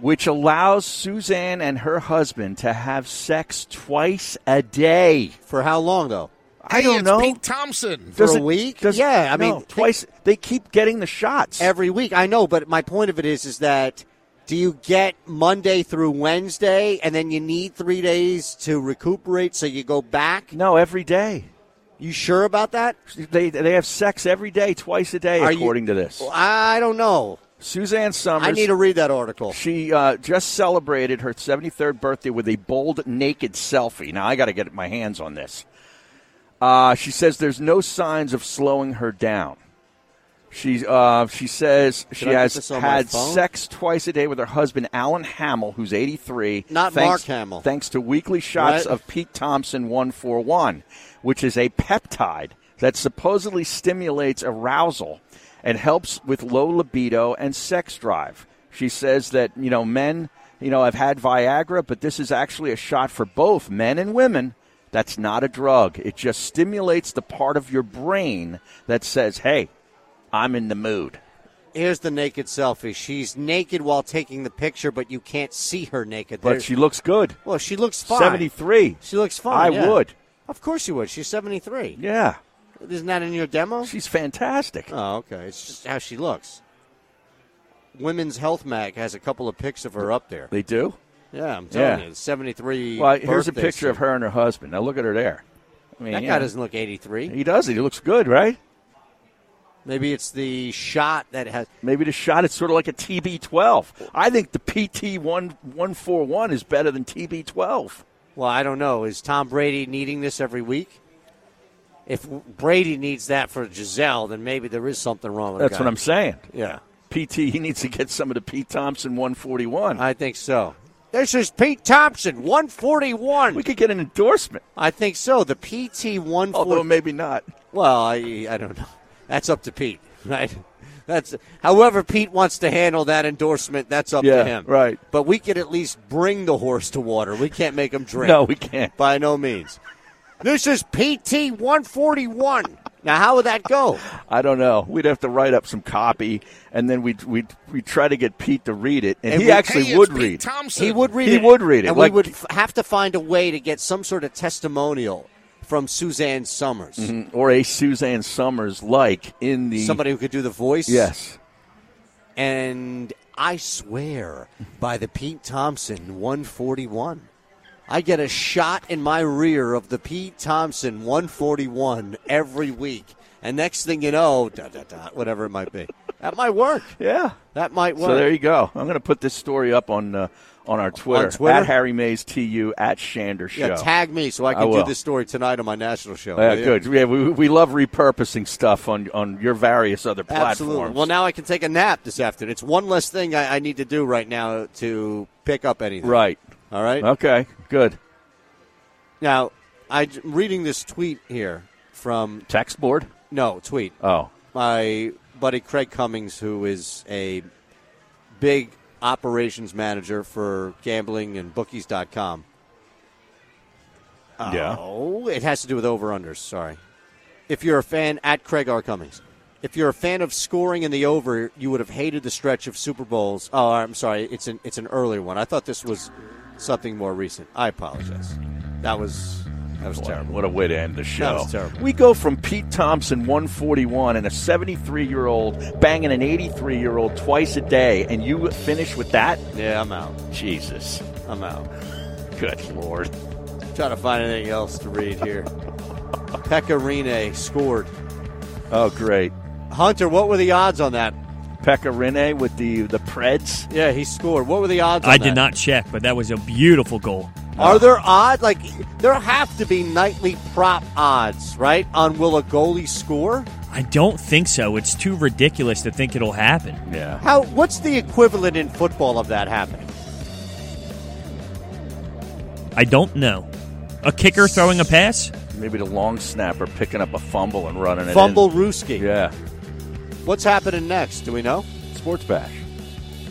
which allows suzanne and her husband to have sex twice a day For how long though? i don't know Pete Thompson. For Does a it- week? does- Yeah, I mean, no, they- twice they keep getting the shots Every week, I know. But my point of it is, is that do you get Monday through Wednesday, and then you need three days to recuperate, so you go back? no every day You sure about that? They they have sex every day, twice a day, Are you- according to this. I don't know. Suzanne Summers. I need to read that article. she uh, just celebrated her 73rd birthday with a bold naked selfie. Now I got to get my hands on this. Uh, she says there's no signs of slowing her down. She uh, she says she I get has this on my had phone? sex twice a day with her husband Alan Hamill, who's 83. Not thanks, Mark Hamill. Thanks to weekly shots Right. of Pete Thompson 141, which is a peptide that supposedly stimulates arousal and helps with low libido and sex drive. She says that, you know, men, you know, have had Viagra, but this is actually a shot for both men and women. That's not a drug. It just stimulates the part of your brain that says, hey, I'm in the mood. here's the naked selfie. She's naked while taking the picture, but you can't see her naked. But There's- she looks good. Well, she looks fine. 73. She looks fine. I yeah. would. Of course you would. She's 73. Yeah. Isn't that in your demo? She's fantastic. Oh, okay. It's just how she looks. Women's Health Mag has a couple of pics of her up there. They do? Yeah, I'm telling Yeah. you. 73. Well, here's a birthday picture of her and her husband. Now look at her there. I mean, That you guy know, doesn't look 83. He doesn't. He looks good, right? Maybe it's the shot that has. Maybe the shot is sort of like a TB12. I think the PT one one four one is better than TB12. Well, I don't know. Is Tom Brady needing this every week? If Brady needs that for Giselle, then maybe there is something wrong with the That's guy. what I'm saying. Yeah. PT, he needs to get some of the Pete Thompson 141. I think so. This is Pete Thompson, 141. We could get an endorsement, I think so. The PT 141. although maybe not. Well, I, I don't know. *laughs* That's up to Pete, *laughs* right? That's however Pete wants to handle that endorsement. That's up Yeah, to him, right. But we can at least bring the horse to water. We can't make *laughs* him drink. No, we can't. by no means. This is PT 141. Now, how would that *laughs* go? I don't know. We'd have to write up some copy, and then we'd we'd, we'd try to get Pete to read it, and, And he we- actually Hey, it's would Pete read. Thompson. He would read He it. would read it, and like- we would f- have to find a way to get some sort of testimonial from Suzanne Summers, or a Suzanne Summers like in the somebody who could do the voice. Yes, and I swear by the Pete Thompson 141. I get a shot in my rear of the Pete Thompson 141 every week. And next thing you know, dot, dot, dot, whatever it might be. That might work. yeah. That might work. So there you go. I'm going to put this story up on uh, on our Twitter, Twitter? at Harry Mays TU at Shander Show. yeah, tag me so I can do will. this story tonight on my national show. Yeah, Will you? good. Yeah, we, we love repurposing stuff on on your various other Absolutely. platforms. Well, now I can take a nap this afternoon. It's one less thing I, I need to do right now to pick up anything. right. All right. Okay. Good. Now, I'm reading this tweet here from Text board. No, tweet. Oh, My buddy Craig Cummings, who is a big operations manager for gambling and bookies.com. yeah. Oh, it has to do with over unders. Sorry. If you're a fan, at Craig R. Cummings. If you're a fan of scoring in the over, you would have hated the stretch of Super Bowls. Oh, I'm sorry. It's an it's an earlier one. I thought this was something more recent. I apologize. That was that was terrible. What a way to end the show. was terrible. We go from Pete Thompson 141 and a 73 year old banging an 83 year old twice a day, and you finish with that? Yeah, I'm out. Jesus. I'm out. Good Lord. Trying to find anything else to read here. Pecorine scored. Oh, great. Hunter, what were the odds on that? Pekka Rinne with the, the Preds. Yeah, he scored. What were the odds? On I did that? not check, but that was a beautiful goal. Are there odds? Like there have to be nightly prop odds, right? On will a goalie score? I don't think so. It's too ridiculous to think it'll happen. Yeah. How? What's the equivalent in football of that happening? I don't know. A kicker throwing a pass? Maybe the long snapper picking up a fumble and running it in. Fumble Rooski. Yeah. What's happening next? Do we know? Sports Bash.